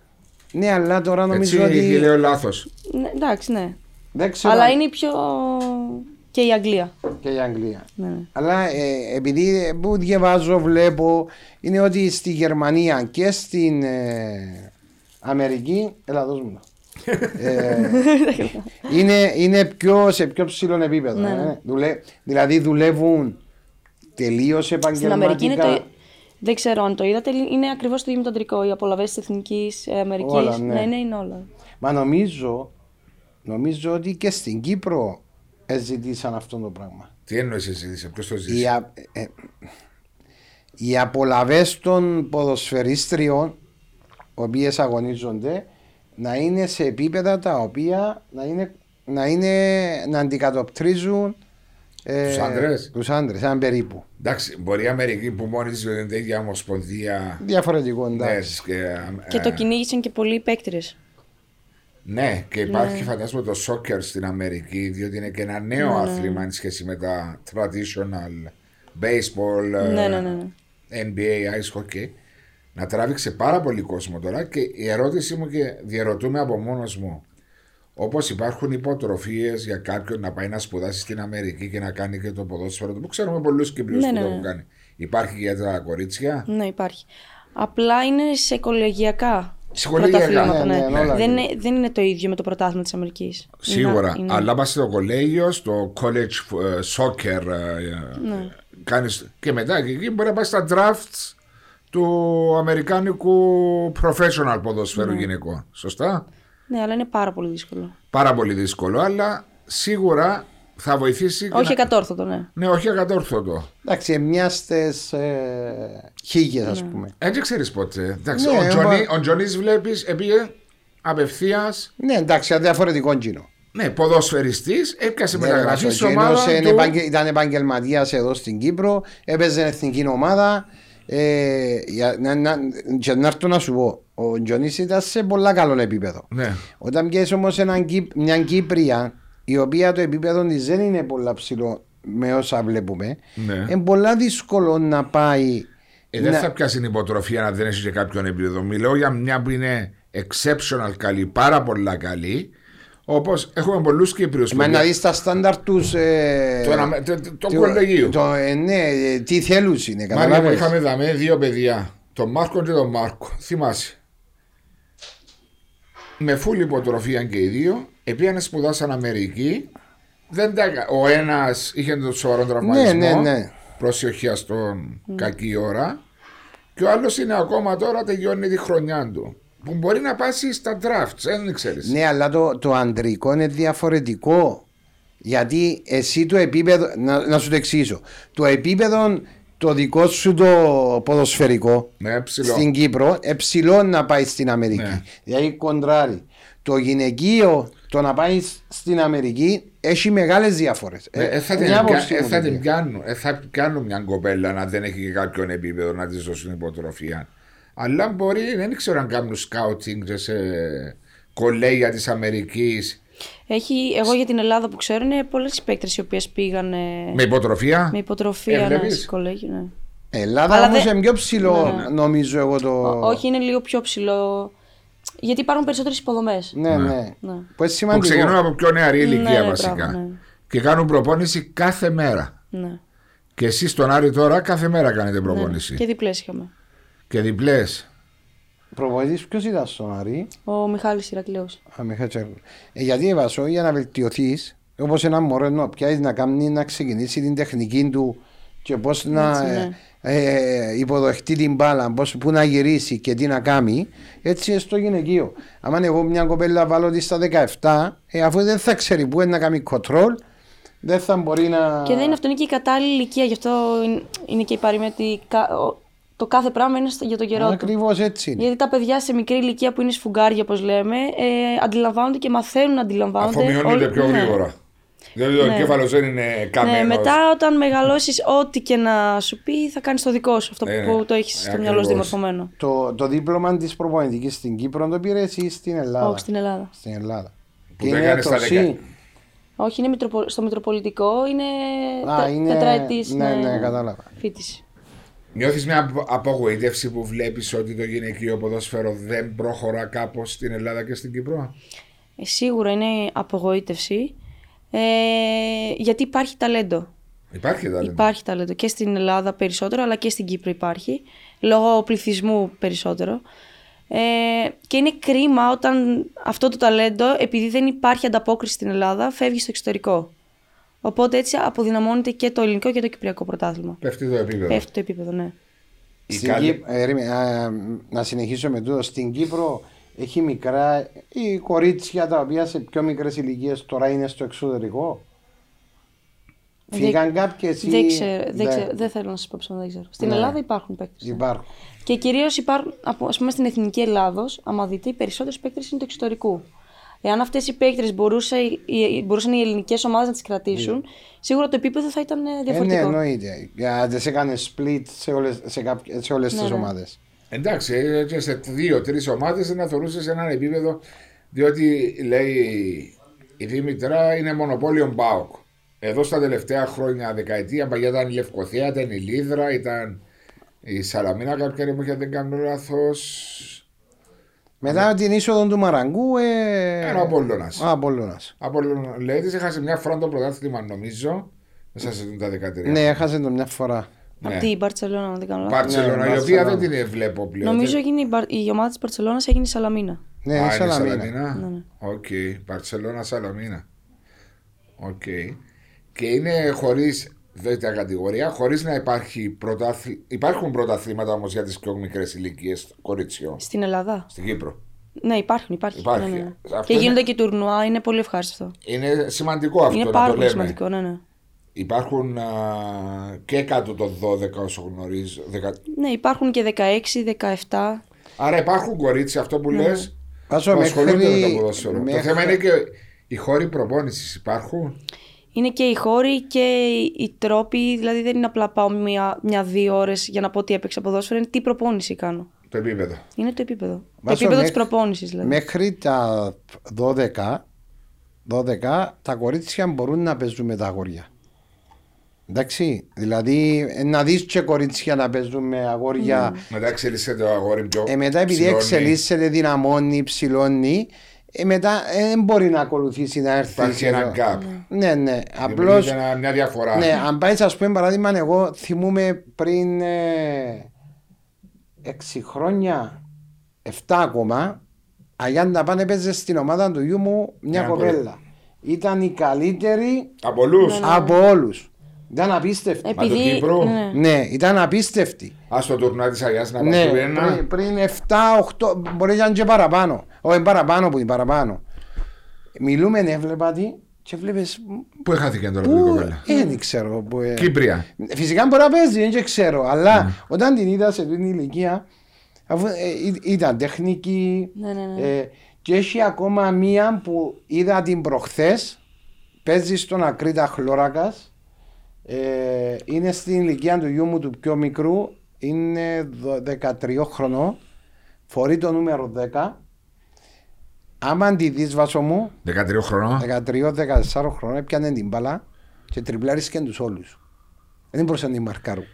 B: Ναι, αλλά τώρα νομίζω
A: Έτσι,
B: ότι.
A: και λέω λάθος.
C: Ναι, εντάξει, ναι.
B: Δεν ξέρω
C: Αλλά
B: αν-
C: είναι η πιο. και η Αγγλία.
B: και η Αγγλία.
C: Ναι, ναι.
B: Αλλά ε, επειδή ε, που διαβάζω, βλέπω, είναι ότι στη Γερμανία και στην ε, Αμερική. Έλα, δώσ' μου. το.
C: <laughs>
B: ε, είναι, είναι πιο, σε πιο ψηλό επίπεδο.
C: Ναι,
B: ε.
C: ναι.
B: Δουλε- δηλαδή δουλεύουν τελείως επαγγελματικά.
C: Στην Αμερική είναι το. Δεν ξέρω αν το είδατε, είναι ακριβώς το ίδιο με το αντρικό. Οι απολαυέ της Εθνικής Αμερικής.
B: Όλα, ναι.
C: ε, ναι, ναι, είναι όλα.
B: Μα νομίζω, νομίζω ότι και στην Κύπρο ε, ζητήσαν αυτό το πράγμα.
A: Τι εννοείς εσύ, σε ποιος το ζήτησε.
B: οι, α, ε, οι απολαβές των ποδοσφαιριστριών οποίες αγωνίζονται να είναι σε επίπεδα τα οποία να είναι να, είναι, να αντικατοπτρίζουν ε,
A: Τους άνδρες.
B: τους άνδρες, αν περίπου.
A: Εντάξει, μπορεί η Αμερική που μόνη της δεν είναι για ομοσπονδία.
B: Διαφορετικό
A: Ναι,
B: εντάξει.
A: στις- και,
B: Ε.
A: α,
C: Και
A: α,
C: το κυνήγησαν και πολλοί παίκτηρε.
A: ναι, και υπάρχει φαντάζομαι το σόκερ στην Αμερική, διότι είναι και ένα νέο
C: Ναι,
A: άθλημα εν σχέση με τα traditional baseball, ε,
C: Ναι, ναι, ναι, ναι.
A: NBA, ice hockey. Να τράβηξε πάρα πολύ κόσμο τώρα και η ερώτησή μου και διαρωτούμε από μόνος μου. Όπως υπάρχουν υποτροφίες για κάποιον να πάει να σπουδάσει στην Αμερική και να κάνει και το ποδόσφαιρο του, που ξέρουμε πολλούς Κυπριού
C: Ναι,
A: που
C: ναι,
A: το
C: ναι.
A: έχουν κάνει. Υπάρχει και για τα κορίτσια.
C: Ναι, υπάρχει. Απλά είναι σε κολεγιακά
A: Σε κολεγιακά,
C: πρωταθλήματα.
B: ναι,
C: Ναι,
B: ναι, ναι, όλα
C: Δεν,
B: είναι.
C: είναι, δεν είναι το ίδιο με το πρωτάθλημα της Αμερικής.
A: Σίγουρα. Αλλά πα στο κολέγιο, στο college ε, soccer, ε, ε,
B: Ναι.
A: κάνεις... και μετά και εκεί μπορεί να πας στα drafts του αμερικάνικου professional
B: Ναι.
A: ποδοσφαίρου γυναικών. Σωστά.
C: Ναι, αλλά είναι πάρα πολύ δύσκολο.
A: Πάρα πολύ δύσκολο, αλλά σίγουρα θα βοηθήσει. και
C: Όχι
A: να-
C: εκατόρθωτο, ναι.
A: Ναι, όχι ακατόρθωτο.
B: Εντάξει, μια στις ε, χίγες ας πούμε.
A: Έτσι ξέρεις ποτέ. Εντάξει,
B: Ναι,
A: ο Τζονί,
B: μα-
A: ο Τζονής βλέπει, επήγε απευθείας.
B: Ναι, εντάξει, διαφορετικό κοινό.
A: Ναι, ποδοσφαιριστής, έπιασε
B: Ναι, ρε,
A: μεταγραφή
B: ο
A: στην
B: Τζίνος
A: ομάδα.
B: είναι
A: του.
B: επαγγε- ήταν επαγγελματίας εδώ στην Κύπρο, έπαιζε εθνική ομάδα. Ε, για, να, να, και να έρθω να σου πω, ο Τζονής ήταν σε πολλά καλό επίπεδο.
A: Ναι.
B: Όταν πιέσει όμω μια Κύπρια, η οποία το επίπεδο της δεν είναι πολλά ψηλό με όσα βλέπουμε,
A: Ναι.
B: είναι πολλά δύσκολο να πάει.
A: Ε, δεν
B: να-
A: θα πιάσει την υποτροφία αν δεν έχει και κάποιον επίπεδο. Μιλάω για μια που είναι exceptional καλή, πάρα πολλά καλή. Όπως έχουμε πολλούς Κύπριους.
B: Μα να δεις τα στάνταρ τους. Ε,
A: Το κολεγίου.
B: το- ε, ναι, ε, τι θέλουν είναι,
A: Μάλιστα, που
B: καταλάβες.
A: είχαμε δαμέ δύο παιδιά, τον Μάρκο και τον Μάρκο. Θυμάσαι. Με φούλη υποτροφία και οι δύο, επειδή σπουδάσαν Αμερική, δεν τα... έκα- ο ένας είχε τον σοβαρό τραυματισμό.
B: Ναι, ναι, ναι.
A: Προσοχή στον κακή ώρα. Και ο άλλος είναι ακόμα τώρα τελειώνει τη χρονιά του. Που μπορεί να πάσει στα drafts, δεν ξέρεις.
B: Ναι, αλλά το, το αντρικό είναι διαφορετικό. Γιατί εσύ το επίπεδο. Να, να σου το εξηγήσω. Το επίπεδο το δικό σου το ποδοσφαιρικό
A: Ναι, ψηλό.
B: στην Κύπρο ε, ψηλό να πάει στην Αμερική.
A: Ναι.
B: Δηλαδή κοντράρι. Το γυναικείο το να πάει σ- στην Αμερική έχει μεγάλες διαφορές.
A: Ε, ε, θα την πια- ε, θα την πιάνουν. ε, θα πιάνουν μια κοπέλα να δεν έχει και κάποιον επίπεδο να της δώσουν υποτροφία. Αλλά μπορεί, δεν ξέρω αν κάνουν σκάουτσινγκ σε κολέγια της Αμερικής
C: Έχει, εγώ για την Ελλάδα που ξέρω είναι πολλές παίκτρες οι οποίες πήγαν ε,
A: με Ε, υποτροφία.
C: με υποτροφία να
A: Έβλεπες?
C: σε κολέγιο. Ναι.
B: Ελλάδα
C: Αλλά
B: όμως
C: δε-
B: είναι πιο ψηλό, νομίζω εγώ το.
C: Ό- Όχι, είναι λίγο πιο ψηλό. Γιατί υπάρχουν περισσότερες υποδομές.
B: Ναι, ναι.
C: Ναι.
B: Που είναι
A: Που
B: σημαντικό.
A: ξεκινούν από πιο νεαρή ηλικία
C: ναι,
A: βασικά.
C: μπράβο, ναι.
A: Και κάνουν προπόνηση κάθε μέρα.
C: ναι.
A: Και εσείς στον Άρη τώρα κάθε μέρα κάνετε προπόνηση.
C: Και διπλές είχαμε.
A: Και διπλές.
B: Προπονητής ποιος ήταν στον Άρη.
C: Ο Μιχάλης Ηρακλέος.
B: Α, Μιχάλη Τσέρλου. Ε, γιατί έβασο για να βελτιωθείς, όπως ένα μωρό να πιάσεις να κάνει να ξεκινήσει την τεχνική του και πώς να
C: Έτσι, ναι.
B: ε, ε, υποδοχτεί την μπάλα, πώς, πού να γυρίσει και τι να κάνει, έτσι στο γυναικείο. Αν εγώ μια κοπέλα βάλω τη στα 17, ε, αφού δεν θα ξέρει πού είναι να κάνει κοτρόλ, δεν θα μπορεί να...
C: Και δεν είναι αυτό, είναι και η κατάλληλη ηλικία. Γι' αυτό είναι- είναι και η παροιμέτη. κα- ο- Το κάθε πράγμα είναι στο- για τον καιρό του.
B: Ακριβώς έτσι είναι.
C: Γιατί τα παιδιά σε μικρή ηλικία που είναι σφουγγάρια, όπως λέμε, ε, αντιλαμβάνονται και μαθαίνουν να αντιλαμβάνονται.
A: Αφομοιώνεται
C: όλη-
A: πιο
C: ναι.
A: γρήγορα. Δηλαδή ο εγκέφαλο δεν είναι καμένο.
C: Ναι, μετά όταν μεγαλώσεις, ό,τι και να σου πει, θα κάνεις το δικό σου. Αυτό
A: Ναι, ναι.
C: που το έχεις στο μυαλό
A: Ακριβώς.
C: σου διαμορφωμένο.
B: Το, το δίπλωμα της προπονητικής στην Κύπρο το πήρες εσύ ή στην Ελλάδα.
C: Όχι στην Ελλάδα.
B: Στην Ελλάδα.
A: Που το έκανε στα 10.
C: Όχι, είναι μητροπο- στο Μητροπολιτικό, είναι,
B: Α,
C: τε-
B: είναι-
C: τετραετής,
B: ναι, ναι, κατάλαβα.
C: φοιτηση.
A: Νιώθεις μια απο- απογοήτευση που βλέπεις ότι το γυναικείο ποδόσφαιρο δεν προχωρά κάπως στην Ελλάδα και στην Κύπρο.
C: Ε, σίγουρα είναι απογοήτευση, ε, γιατί υπάρχει ταλέντο.
A: Υπάρχει ταλέντο.
C: Υπάρχει ταλέντο και στην Ελλάδα περισσότερο, αλλά και στην Κύπρο υπάρχει. Λόγω πληθυσμού περισσότερο. Ε, και είναι κρίμα όταν αυτό το ταλέντο, επειδή δεν υπάρχει ανταπόκριση στην Ελλάδα, φεύγει στο εξωτερικό. Οπότε έτσι αποδυναμώνεται και το ελληνικό και το κυπριακό πρωτάθλημα.
A: Πέφτει το επίπεδο.
C: Πέφτει το επίπεδο, ναι.
A: Η
B: Στην
A: καλή-
B: Κύπ- ε, Ρίμη, α, να συνεχίσω με τούτο. Στην Κύπρο έχει μικρά ή κορίτσια τα οποία σε πιο μικρές ηλικίες τώρα είναι στο εξωτερικό.
C: Δεν-
B: Φύγαν κάποιε ή.
C: Δεν ξέρω, δεν,
B: Ναι,
C: ξέρω, δεν θέλω να σας πω ψέματα, δεν ξέρω. Στην
B: Ναι.
C: Ελλάδα υπάρχουν παίκτες.
B: Υπάρχουν. Ε,
C: Και κυρίως υπάρχουν, από- ας πούμε, στην εθνική Ελλάδος, άμα δείτε, οι περισσότερες παίκτρε είναι του εξωτερικού. Εάν αυτές οι παίκτρε μπορούσαν οι ελληνικές ομάδες να τις
A: Ναι.
C: κρατήσουν, σίγουρα το επίπεδο θα ήταν ε,
B: Ε, ναι,
C: διαφορετικό.
B: εννοείται. Για- Δεν σε έκανε split σε όλες σε κάποιες- σε όλες
C: Ναι,
B: τις
C: ναι.
B: ομάδες.
A: Εντάξει, ε, και σε δύο-τρει ομάδε δεν θεωρούσες έναν επίπεδο. Διότι λέει η Δήμητρα είναι μονοπόλιο Μπάουκ. Εδώ στα τελευταία χρόνια, δεκαετία, παλιά ήταν η Λευκοθέα, ήταν η Λίδρα, ήταν η Σαλαμίνα κάποια ρε μου και δεν κάνω λάθος.
B: Μετά την είσοδο του Μαραγκού. Ε...
A: Ένα Απόλλωνας.
B: Ο Απόλλωνας.
A: Από λέει της έχασε μια φορά το πρωτάθλημα, νομίζω, μέσα σε τα 13.
B: Ναι, έχασε το μια φορά.
C: Από την Μπαρσελόνα, αν δεν κάνω λάθος.
A: Μπαρτσελόνα,
B: Ναι,
A: η οποία δεν
B: Μπαρτσελόνα.
A: την βλέπω πλέον.
C: Νομίζω έγινε η, Μπαρ- η ομάδα της Μπαρσελόνας έγινε η Σαλαμίνα.
B: Ναι,
A: Α,
B: είναι
A: είναι
B: Σαλαμίνα. Ναι,
A: Σαλαμίνα. Οκ, Μπαρτσελόνα, Σαλαμίνα. Οκ. Και είναι χωρίς δεύτερη κατηγορία, χωρίς να υπάρχει πρωτάθλημα. Υπάρχουν πρωταθλήματα όμως για τις πιο μικρές ηλικίες κοριτσιών
C: Στην Ελλάδα.
A: στην Κύπρο.
C: Ναι, υπάρχουν, υπάρχει.
A: Υπάρχει.
C: Ναι, ναι, ναι.
A: Αυτό
C: Και
A: είναι-
C: γίνονται και τουρνουά, είναι πολύ ευχάριστο.
A: Είναι σημαντικό αυτό
C: είναι
A: να
C: πάρα
A: το
C: πολύ
A: λέμε.
C: σημαντικό, ναι, ναι.
A: Υπάρχουν α, και κάτω των 12 όσο γνωρίζω. δεκα-
C: Ναι, υπάρχουν και 16, 17.
A: Άρα υπάρχουν κορίτσια αυτό
C: Ναι,
A: που λε.
B: Πάσο,
A: που
B: μέχρι-
A: ασχολούνται με το ποδόσφαιρο. Το
B: μέχρι-
A: θέμα είναι και οι χώροι προπόνησης υπάρχουν.
C: Είναι και οι χώροι και οι- οι τρόποι, δηλαδή δεν είναι απλά πάω μια- μια-δύο ώρες για να πω ότι έπαιξα ποδόσφαιρο, είναι τι προπόνηση κάνω.
A: Το επίπεδο.
C: Είναι το επίπεδο.
B: Βάζω
C: το επίπεδο
B: μέχ-
C: τη προπόνησης δηλαδή.
B: Μέχρι τα 12, 12 τα κορίτσια μπορούν να παίζουν με τα αγόρια. Εντάξει, δηλαδή ε, να δεις και κορίτσια να παίζουν με αγόρια.
A: Μετά εξελίσσεται το αγόρι πιο.
B: Ε, μετά επειδή
A: ψηλώνει.
B: εξελίσσεται, δυναμώνει, ψηλώνει, ε, μετά ε, δεν μπορεί να ακολουθήσει να έρθει.
A: Υπάρχει
B: σε
A: ένα
B: εδώ.
A: gap.
B: Ναι, ναι.
A: Απλώ.
B: Απλώς
A: Μια διαφορά.
B: Ναι, αν πάει, ας πούμε, παράδειγμα, εγώ θυμούμαι πριν ε, 6 χρόνια, 7 ακόμα, Αγιάντα Πάνε παίζε στην ομάδα του γιού μου μια
A: Μια
B: κοπέλα. Ήταν η καλύτερη
A: Από όλους.
B: Ναι, από όλους. Ήταν απίστευτη.
A: Μα το Κύπρο.
C: ναι.
B: Ναι, ήταν απίστευτη.
A: Ας το τουρνά της Αγιά να
B: Ναι,
A: πάει ένα.
B: πριν, πριν 7-8, μπορεί να ήταν και παραπάνω. Όχι, παραπάνω που είναι παραπάνω. Μιλούμε, έβλεπα τη και βλέπεις.
A: Πού έχαθηκε τώρα που
B: Πού.
A: κοπέλα.
B: Ε, Δεν ξέρω. Που, ε,
A: Κύπρια.
B: Φυσικά μπορεί να παίζει, δεν και ξέρω. Αλλά όταν την είδα σε αυτή την ηλικία, αφού, ε, ή- ήταν τεχνική.
C: Ναι, ναι, ναι.
B: ε, και έχει ακόμα μία που είδα την προχθές. Παίζει στον Ακρίτα Χλώρακας. Ε, είναι στην ηλικία του γιού μου του πιο μικρού. Είναι δο- 13 χρονών. Φορεί το νούμερο 10. Άμα τη δεις βάσο μου,
A: 13 χρονών.
B: 13-14 χρόνια έπιανε την μπάλα και τριπλάρισκαν τους όλους. Δεν μπορούσαν να την μαρκάρουν.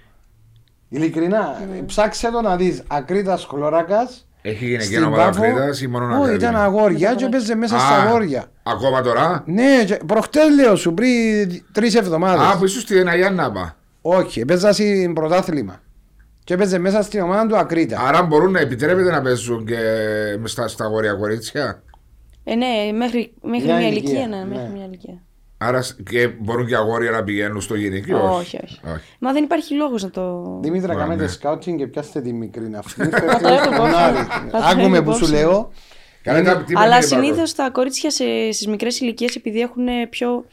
B: Ειλικρινά, ψάξε το να δεις. Ακρίτας χλωράκας.
A: Έχει γυναικείο
B: στην
A: ομάδα
B: Πάφο.
A: Ακρίτας ή μόνο
B: Ού,
A: Ακρίδα?
B: ήταν αγόρια και παίζε μέσα στα
A: Α,
B: αγόρια.
A: Ακόμα τώρα.
B: Ναι, και προχτές λέω σου, πριν τρεις
A: Α, που
B: εβδομάδες.
A: ίσω την Αγιά να πάει.
B: Ναι. Όχι, παίζα στην πρωτάθλημα. Και παίζε μέσα στην ομάδα του Ακρίτα.
A: Άρα μπορούν να επιτρέπεται να παίζουν και μες στα στα αγόρια κορίτσια.
C: Ε, ναι, μέχρι, μέχρι
B: Μια
C: μια
B: ηλικία,
C: ηλικία. ναι,
B: ναι.
C: μέχρι μια ηλικία.
A: Άρα σ- και μπορούν και αγόρια να πηγαίνουν στο γυναικείο.
C: Όχι, όχι. Μα δεν υπάρχει λόγος να το.
B: Δήμητρα,
A: Μα,
B: κάνετε
A: ναι.
B: σκάουτσινγκ και πιάστε τη μικρή
C: <laughs>
B: να αυτή.
C: το έχω υπόψη. Θα το
B: Άκουμε
C: έχω
B: που σου
C: υπόψη.
B: λέω.
A: Κάνε τα- τι
C: Αλλά
A: μαθαίνει,
C: συνήθω
A: Παύλο.
C: τα κορίτσια σε, στις μικρές ηλικίες επειδή έχουν πιο,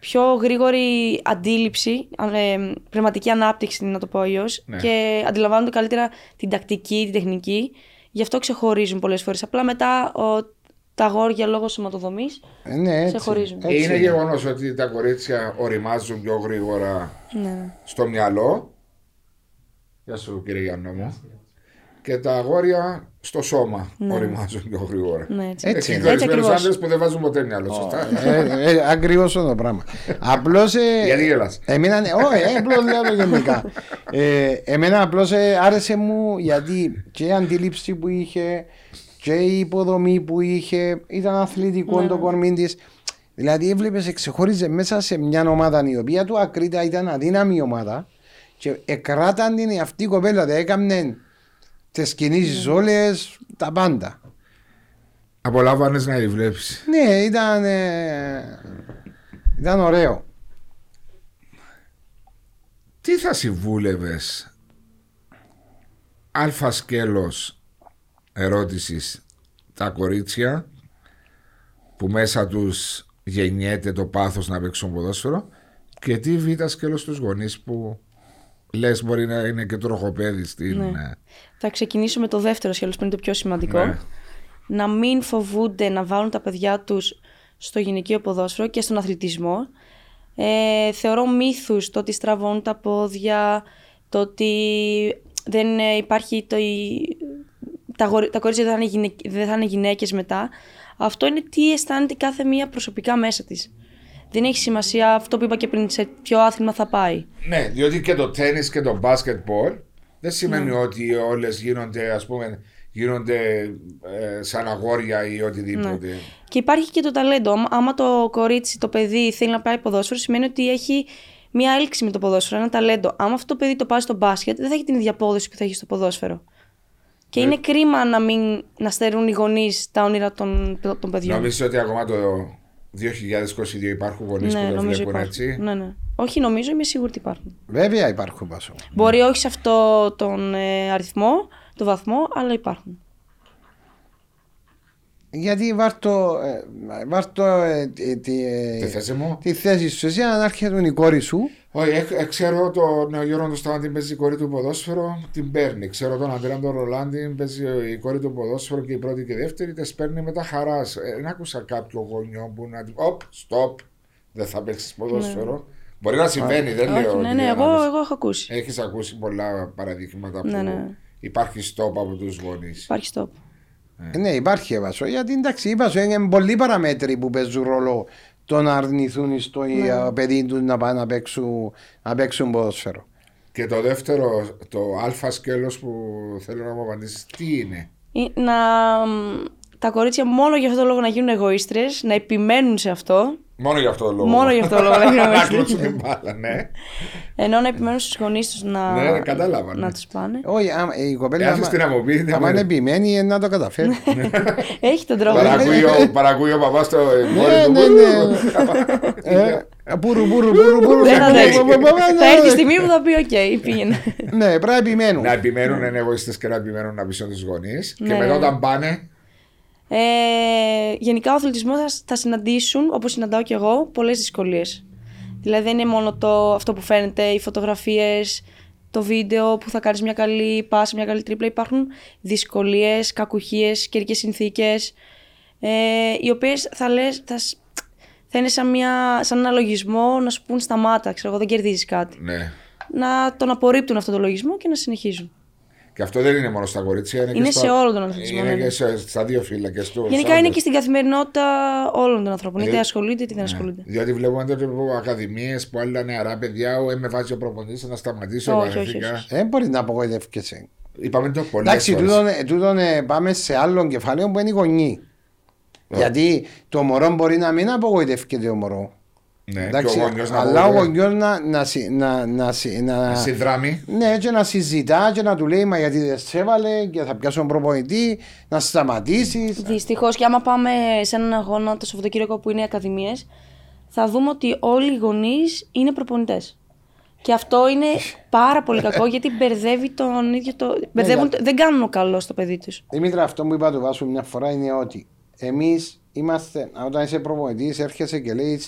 C: πιο γρήγορη αντίληψη, αν- ε, πνευματική ανάπτυξη να το πω αλλιώς
A: Ναι.
C: και αντιλαμβάνονται καλύτερα την τακτική, την τεχνική, γι' αυτό ξεχωρίζουν πολλές φορές. Απλά μετά ο, τα αγόρια λόγω σωματοδομής,
B: Ε, Ναι, έτσι.
C: χωρίζουν.
B: έτσι
A: Είναι γεγονός ότι τα κορίτσια οριμάζουν πιο γρήγορα
C: ναι.
A: στο μυαλό. Γεια σου, κύριε Γιάννο μου. Και τα αγόρια στο σώμα οριμάζουν πιο γρήγορα.
C: Ναι, έτσι.
B: Έτσι
A: Έχει
B: είναι.
A: ορισμένου
C: ακριβώς. ναι.
A: άντρες που δεν βάζουν ποτέ μυαλό. Σωστά.
B: Ε, ε, ακριβώς αυτό το πράγμα. Απλώς... ε,
A: Γιατί γελάς.
B: Εμένα, ναι, όχι, ε, απλώς λέω το γενικά. Ε, εμένα απλώς ε, άρεσε μου γιατί και η αντίληψη που είχε και η υποδομή που είχε ήταν αθλητικό το κορμί της. Δηλαδή έβλεπες εξεχώριζε μέσα σε μια ομάδα η οποία του ακρίτα ήταν αδύναμη ομάδα και εκράταν την αυτή η κοπέλα, δηλαδή έκαμνε τις κινήσεις όλες, τα πάντα.
A: Απολάμβανες να τη βλέπεις.
B: Ναι, ήταν, ε, ήταν ωραίο.
A: Τι θα συμβούλευες αλφα σκέλος ερώτησης τα κορίτσια που μέσα τους γεννιέται το πάθος να παίξουν ποδόσφαιρο και τι β σκέλος τους γονείς που λες μπορεί να είναι και τροχοπέδι στην... ε,
C: Ναι. Θα ξεκινήσω με το δεύτερο σχέλος που είναι το πιο σημαντικό.
A: Ναι.
C: Να μην φοβούνται να βάλουν τα παιδιά τους στο γυναικείο ποδόσφαιρο και στον αθλητισμό. Ε, θεωρώ μύθους το ότι στραβώνουν τα πόδια, το ότι δεν ε, υπάρχει το, η- τα, γορι- τα κορίτσια δεν θα, είναι γυναικ- δεν θα είναι γυναίκες μετά. Αυτό είναι τι αισθάνεται κάθε μία προσωπικά μέσα της. Δεν έχει σημασία αυτό που είπα και πριν, σε ποιο άθλημα θα πάει.
A: Ναι, διότι και το τέννις και το μπάσκετμπολ δεν σημαίνει ότι όλες γίνονται, ας πούμε, γίνονται ε, σαν αγόρια ή οτιδήποτε.
C: Και υπάρχει και το ταλέντο. Άμα- Άμα το κορίτσι, το παιδί θέλει να πάει ποδόσφαιρο, σημαίνει ότι έχει μία έλξη με το ποδόσφαιρο, ένα ταλέντο. Άμα αυτό το παιδί το πάει στο μπάσκετ, δεν θα έχει την ίδια απόδοση που θα έχει στο ποδόσφαιρο.
A: Ε.
C: Και είναι κρίμα να μην να στερούν οι γονείς τα όνειρα των, των παιδιών.
A: Νομίζω ότι ακόμα το 2022 υπάρχουν γονείς που το βλέπουν
C: υπάρχουν.
A: έτσι.
C: Ναι, ναι. Όχι, νομίζω, είμαι σίγουρη ότι υπάρχουν.
B: Βέβαια υπάρχουν πάσο.
C: Μπορεί όχι σε αυτό τον ε, αριθμό, τον βαθμό, αλλά υπάρχουν.
B: Γιατί βάρτο, ε, βάρτο ε, ε, τη, ε,
A: Τη θέση μου.
B: τη θέση σου εσύ αν έρχεται η κόρη σου
A: Όχι, ε, ε, ξέρω τον Γιώργο τον Σταματή παίζει η κόρη του ποδόσφαιρο, την παίρνει. Ξέρω τον Αντρέα τον Ρολάντη παίζει η κόρη του ποδόσφαιρο και η πρώτη και η δεύτερη, τις παίρνει μετά χαράς. Ε, δεν άκουσα κάποιο γονιό που να του. Οπ, stop, δεν θα παίξεις ποδόσφαιρο. Μπορεί να συμβαίνει, δεν λέω.
C: Ναι.
A: Ε.
C: όχι, ναι, ναι, εγώ, εγώ έχω ακούσει.
A: Έχεις ακούσει πολλά παραδείγματα που
C: Ναι, ναι.
A: υπάρχει stop από τους γονείς.
C: Υπάρχει στόπ.
B: ε, ναι υπάρχει έβασο γιατί εντάξει είπα σου είναι πολλοί παραμέτροι που παίζουν ρόλο το να αρνηθούν στο
C: Ναι.
B: ε, παιδί τους να πάνε να παίξουν, να παίξουν ποδόσφαιρο
A: Και το δεύτερο, το αλφα σκέλος που θέλω να μου απαντήσεις, τι είναι.
C: Ή Ε, να, τα κορίτσια μόνο για αυτόν τον λόγο να γίνουν εγωίστρες, να επιμένουν σε αυτό,
A: Μόνο για αυτό το λόγο.
C: Μόνο γι' αυτό το λόγο, δεν γνωρίζω.
A: Να κλωτσούν την μπάλα, ναι.
C: ενώ να επιμένουν στους γονείς τους να,
A: Ναι, κατάλαβα, ναι.
C: να τους πάνε.
B: όχι άμα- ε, η κοπέλα
A: Άφησε την αμοπή. ναι,
B: άμα είναι
A: ναι.
B: επιμένει ε, να το καταφέρει
C: Έχει τον τρόπο.
A: Παρακούει
C: <laughs>
A: ο- Παρακούει ο παπάς το
B: Ναι,
A: εμπόριο του.
B: ναι, Ε, πούρου πούρου πούρου πούρου
C: Δεν θα αντέξει.
B: πούρου, πούρου,
C: Ναι, θα έρθει η στιγμή που θα πει: Οκ, πήγαινε.
B: ναι πρέπει να επιμένουν
A: Να επιμένουν είναι εγωίστες και να επιμένουν να πείσουν τους γονείς. Και
C: Ναι.
A: μετά όταν πάνε,
C: Ε, γενικά, ο αθλητισμός θα, θα συναντήσουν, όπως συναντάω και εγώ, πολλές δυσκολίες. Δηλαδή, δεν είναι μόνο το, αυτό που φαίνεται, οι φωτογραφίες, το βίντεο που θα κάνεις μια καλή πάση, μια καλή τρίπλα. Υπάρχουν δυσκολίες, κακουχίες, καιρικές συνθήκες, ε, οι οποίες θα λες, θα, σ- θα είναι σαν, μια, σαν ένα λογισμό να σου πούν σταμάτα, ξέρω εγώ, δεν κερδίζεις κάτι.
A: ναι.
C: Να τον απορρίπτουν αυτόν τον λογισμό και να συνεχίζουν.
A: Και αυτό δεν είναι μόνο στα κορίτσια. Είναι,
C: Είναι
A: και στα-
C: σε όλο τον αθλητισμό,
A: Είναι
C: ναι.
A: και σε- στα δύο φύλλα και στους
C: Γενικά είναι
A: άντρες.
C: και στην καθημερινότητα όλων των ανθρώπων. Είτε
A: Ε,
C: ασχολούνται είτε δεν ασχολούνται.
A: Διότι βλέπουμε τότε από ακαδημίες που άλλα νεαρά παιδιά, ο ε, με βάζει ο προπονητής να σταματήσω.
C: Όχι, όχι,
A: βαρεθήκα».
C: όχι.
B: δεν Ε, μπορεί να απογοητεύκεσαι
A: Είπαμε το πολύ.
B: Εντάξει, τούτον, ε, τούτον, ε, πάμε σε άλλο κεφάλαιο
A: Ναι.
B: που είναι η γονή. Γιατί το μωρό μπορεί να μην απογοητεύεται το μωρό.
A: Ναι, και
B: Εντάξει,
A: ο γονιός να
B: αλλά ο
A: μπορεί
B: γονιός να, να, συ- να, να, συ- να-
A: να συνδράμει.
B: ναι, και να συζητά και να του λέει Μα γιατί δεν σε έβαλε και θα πιάσω τον προπονητή, να σταματήσεις.
C: Δυστυχώς, και άμα πάμε σε έναν αγώνα το Σαββατοκύριακο που είναι οι Ακαδημίες, θα δούμε ότι όλοι οι γονείς είναι προπονητές. Και αυτό είναι πάρα πολύ κακό γιατί μπερδεύει τον ίδιο το. Μπερδεύουν,
B: για-
C: δεν κάνουν καλό στο παιδί τους.
B: Δημήτρη, αυτό που είπα του Βάσου μια φορά είναι ότι εμείς είμαστε, όταν είσαι προπονητής, έρχεσαι και λέεις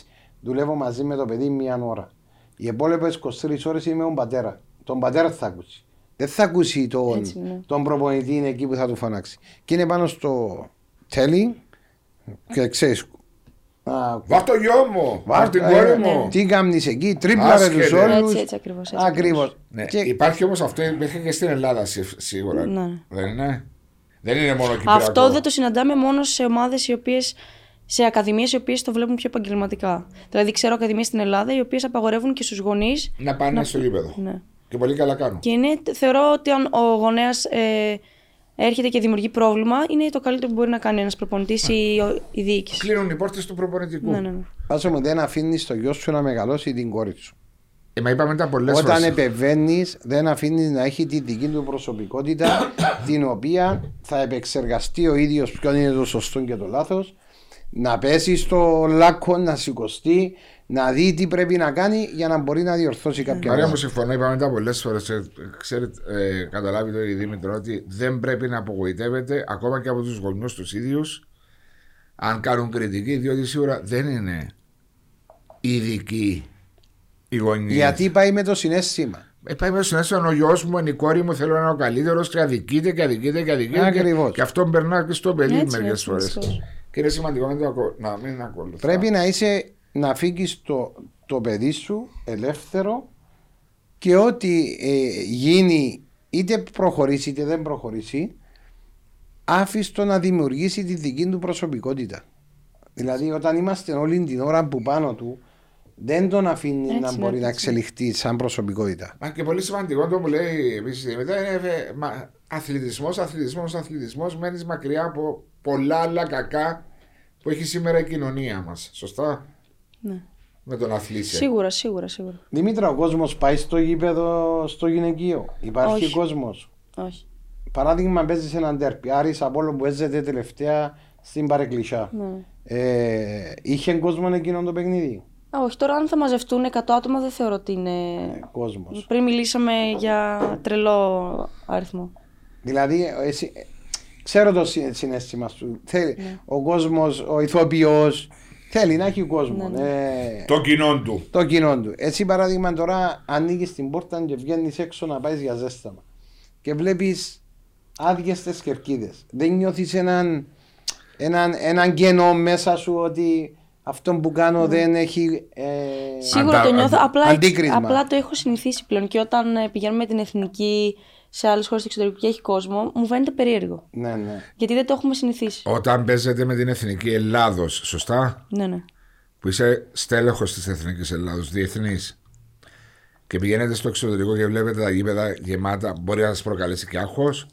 B: δουλεύω μαζί με το παιδί μία ώρα. Οι υπόλοιπε 23 ώρες είμαι ο πατέρας. Τον πατέρα θα ακούσει. Δεν θα ακούσει τον,
C: Έτσι, ναι.
B: τον προπονητή, είναι εκεί που θα του φωνάξει. Και είναι πάνω στο τέλει και ξέρεις.
A: Βάρ' το γιο μου, βάρ' την κόρη μου.
B: ε, ναι, Τι κάνεις εκεί, τρίπλαρε
A: Άσχετα.
B: τους όλους.
C: Έτσι, έτσι ακριβώς, έτσι
B: Ακριβώς.
A: Ναι,
B: Και-
A: Υπάρχει όμως αυτό, υπήρχε και στην Ελλάδα σι- σίγουρα.
C: Ναι.
A: Δεν είναι. Δεν είναι μόνο Κυπριακό.
C: Αυτό δεν το συναντάμε μόνο σε ομάδες οι οποίες. σε ακαδημίες οι οποίες το βλέπουν πιο επαγγελματικά. Δηλαδή, ξέρω ακαδημίες στην Ελλάδα οι οποίες απαγορεύουν και στους γονείς.
A: Να πάνε στο γήπεδο.
C: Ναι.
A: Και πολύ καλά κάνουν.
C: Και είναι, θεωρώ ότι αν ο γονέας ε, έρχεται και δημιουργεί πρόβλημα, είναι το καλύτερο που μπορεί να κάνει ένας προπονητής ή ο- η διοίκηση.
A: Κλείνουν οι πόρτες του προπονητικού.
C: Ναι, ναι, ναι.
B: Πάσο μου δεν αφήνεις το γιος σου να μεγαλώσει την κόρη σου.
A: Ε, μα είπαμε τα πολλές φορέ.
B: Όταν επεμβαίνεις, δεν αφήνεις να έχει τη δική του
A: <coughs>
B: προσωπικότητα, την οποία θα επεξεργαστεί ο ίδιος ποιο είναι το σωστό και το λάθος, να πέσει στο λάκκο, να σηκωστεί, να δει τι πρέπει να κάνει για να μπορεί να διορθώσει
A: Μαρία
B: κάποια
A: μου,
B: πράγματα.
A: συμφωνώ, είπαμε τα πολλές φορές. Ξέρετε, ε, καταλάβει το η Δήμητρο ότι δεν πρέπει να απογοητεύεται ακόμα και από τους γονιούς τους ίδιους αν κάνουν κριτική, διότι σίγουρα δεν είναι ειδικοί οι γονείς.
B: Γιατί πάει με το συνέστημα.
A: Ε, πάει μέσα στο συνέστημα ο γιος μου, είναι η κόρη μου, θέλω να είναι ο καλύτερος και αδικείται και αδικείται και αδικείται.
B: Ακριβώς.
A: Και, και αυτό περνά και στο παιδί
C: Έτσι,
A: μερικές
C: έτσι,
A: φορές.
C: δυστυχώς.
A: Και είναι σημαντικό να, το ακολου- να μην ακολουθεί.
B: Πρέπει να είσαι, να φύγεις το, το παιδί σου ελεύθερο και ό,τι ε, γίνει, είτε προχωρήσει είτε δεν προχωρήσει, άφηστο να δημιουργήσει τη δική του προσωπικότητα. Δηλαδή, όταν είμαστε όλη την ώρα που πάνω του, δεν τον αφήνει
C: Έτσι,
B: να
C: ναι,
B: μπορεί να
C: έτσι.
B: εξελιχθεί σαν προσωπικότητα.
A: Μα και πολύ σημαντικό το που λέει επίσης η Δημητρά είναι ε, μα, αθλητισμός, αθλητισμός, αθλητισμός, μένεις μακριά από πολλά άλλα κακά που έχει σήμερα η κοινωνία μας. Σωστά.
C: Ναι.
A: Με τον αθλήσε.
C: Σίγουρα, σίγουρα, σίγουρα.
B: Δημήτρα, ο κόσμος πάει στο γήπεδο, στο γυναικείο. Υπάρχει
C: Όχι.
B: κόσμος.
C: Όχι.
B: Παράδειγμα, παίζεις σε έναν τέρπι. Άρης Απόλλων που έζεται τελευταία στην Παρεκκλησιά.
C: Ναι.
B: Ε, είχε κόσμο εκείνο το παιχνίδι.
C: Α, όχι, τώρα αν θα μαζευτούν 100 άτομα δεν θεωρώ ότι είναι.
B: Ε, κόσμος.
C: Πριν μιλήσαμε για τρελό αριθμό.
B: Δηλαδή, ε, εσύ, ε, ξέρω το συ- συνέστημα σου. Θέλει, Ο κόσμος, ο ηθοποιός, θέλει να έχει κόσμο. Ε,
A: Το κοινό του.
B: το κοινό του. Έτσι, παράδειγμα, τώρα ανοίγεις την πόρτα και βγαίνεις έξω να πάεις για ζέσταμα. Και βλέπεις άδειες τι κερκίδες. Δεν νιώθεις έναν, έναν, έναν κενό μέσα σου ότι αυτό που κάνω δεν έχει. Ε,
C: Σίγουρα
A: Αντα-
C: το νιώθω.
A: αντι-
C: Απλά,
B: αντίκρισμα.
C: απλά το έχω συνηθίσει πλέον. Και όταν ε, πηγαίνουμε με την εθνική σε άλλες χώρες του εξωτερικού και έχει κόσμο, μου φαίνεται περίεργο.
B: Ναι, ναι.
C: Γιατί δεν το έχουμε συνηθίσει.
A: Όταν παίζετε με την Εθνική Ελλάδος, σωστά,
C: Ναι, ναι.
A: που είσαι στέλεχος της Εθνικής Ελλάδος, διεθνής, και πηγαίνετε στο εξωτερικό και βλέπετε τα γήπεδα γεμάτα, μπορεί να σας προκαλέσει και άγχος.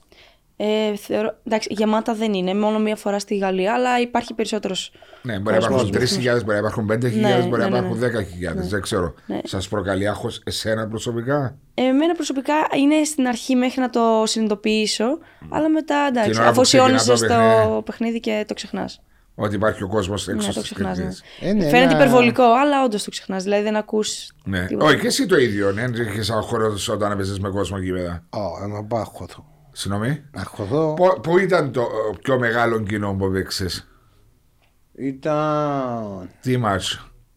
C: Ε, θεωρώ, εντάξει, γεμάτα δεν είναι. Μόνο μία φορά στη Γαλλία, αλλά υπάρχει περισσότερος.
A: Ναι, μπορεί να υπάρχουν 3.000, μπορεί να υπάρχουν 5.000,
C: Ναι,
A: μπορεί να
C: ναι, ναι,
A: υπάρχουν 10.000. Δεν ξέρω.
C: Ναι.
A: Σας προκαλεί άγχος εσένα προσωπικά.
C: Ε, Εμένα προσωπικά είναι στην αρχή μέχρι να το συνειδητοποιήσω, αλλά μετά
A: Την
C: εντάξει,
A: ώρα που
C: αφοσιώνεσαι
A: ξεκινά το
C: στο παιχνίδι και το ξεχνάς.
A: Ότι υπάρχει ο κόσμος
C: Ναι,
A: έξω
C: το
A: στις
C: ξεχνάς. Ναι.
A: κριτικές.
B: Ε, ναι,
C: Φαίνεται
B: ένα-
C: υπερβολικό, αλλά όντως το ξεχνάς. Δηλαδή δεν ακούς.
A: Ναι. Όχι, και εσύ το ίδιο. Ναι, είχε άγχος όταν έπαιζες με κόσμο γήπεδα.
B: Ω, να πάω αχωθώ.
A: Συγγνώμη.
B: Αχωθώ.
A: Πο- Πού ήταν το ε, πιο μεγάλο κοινό που έπαιξες,
B: Ήταν
A: Τι μα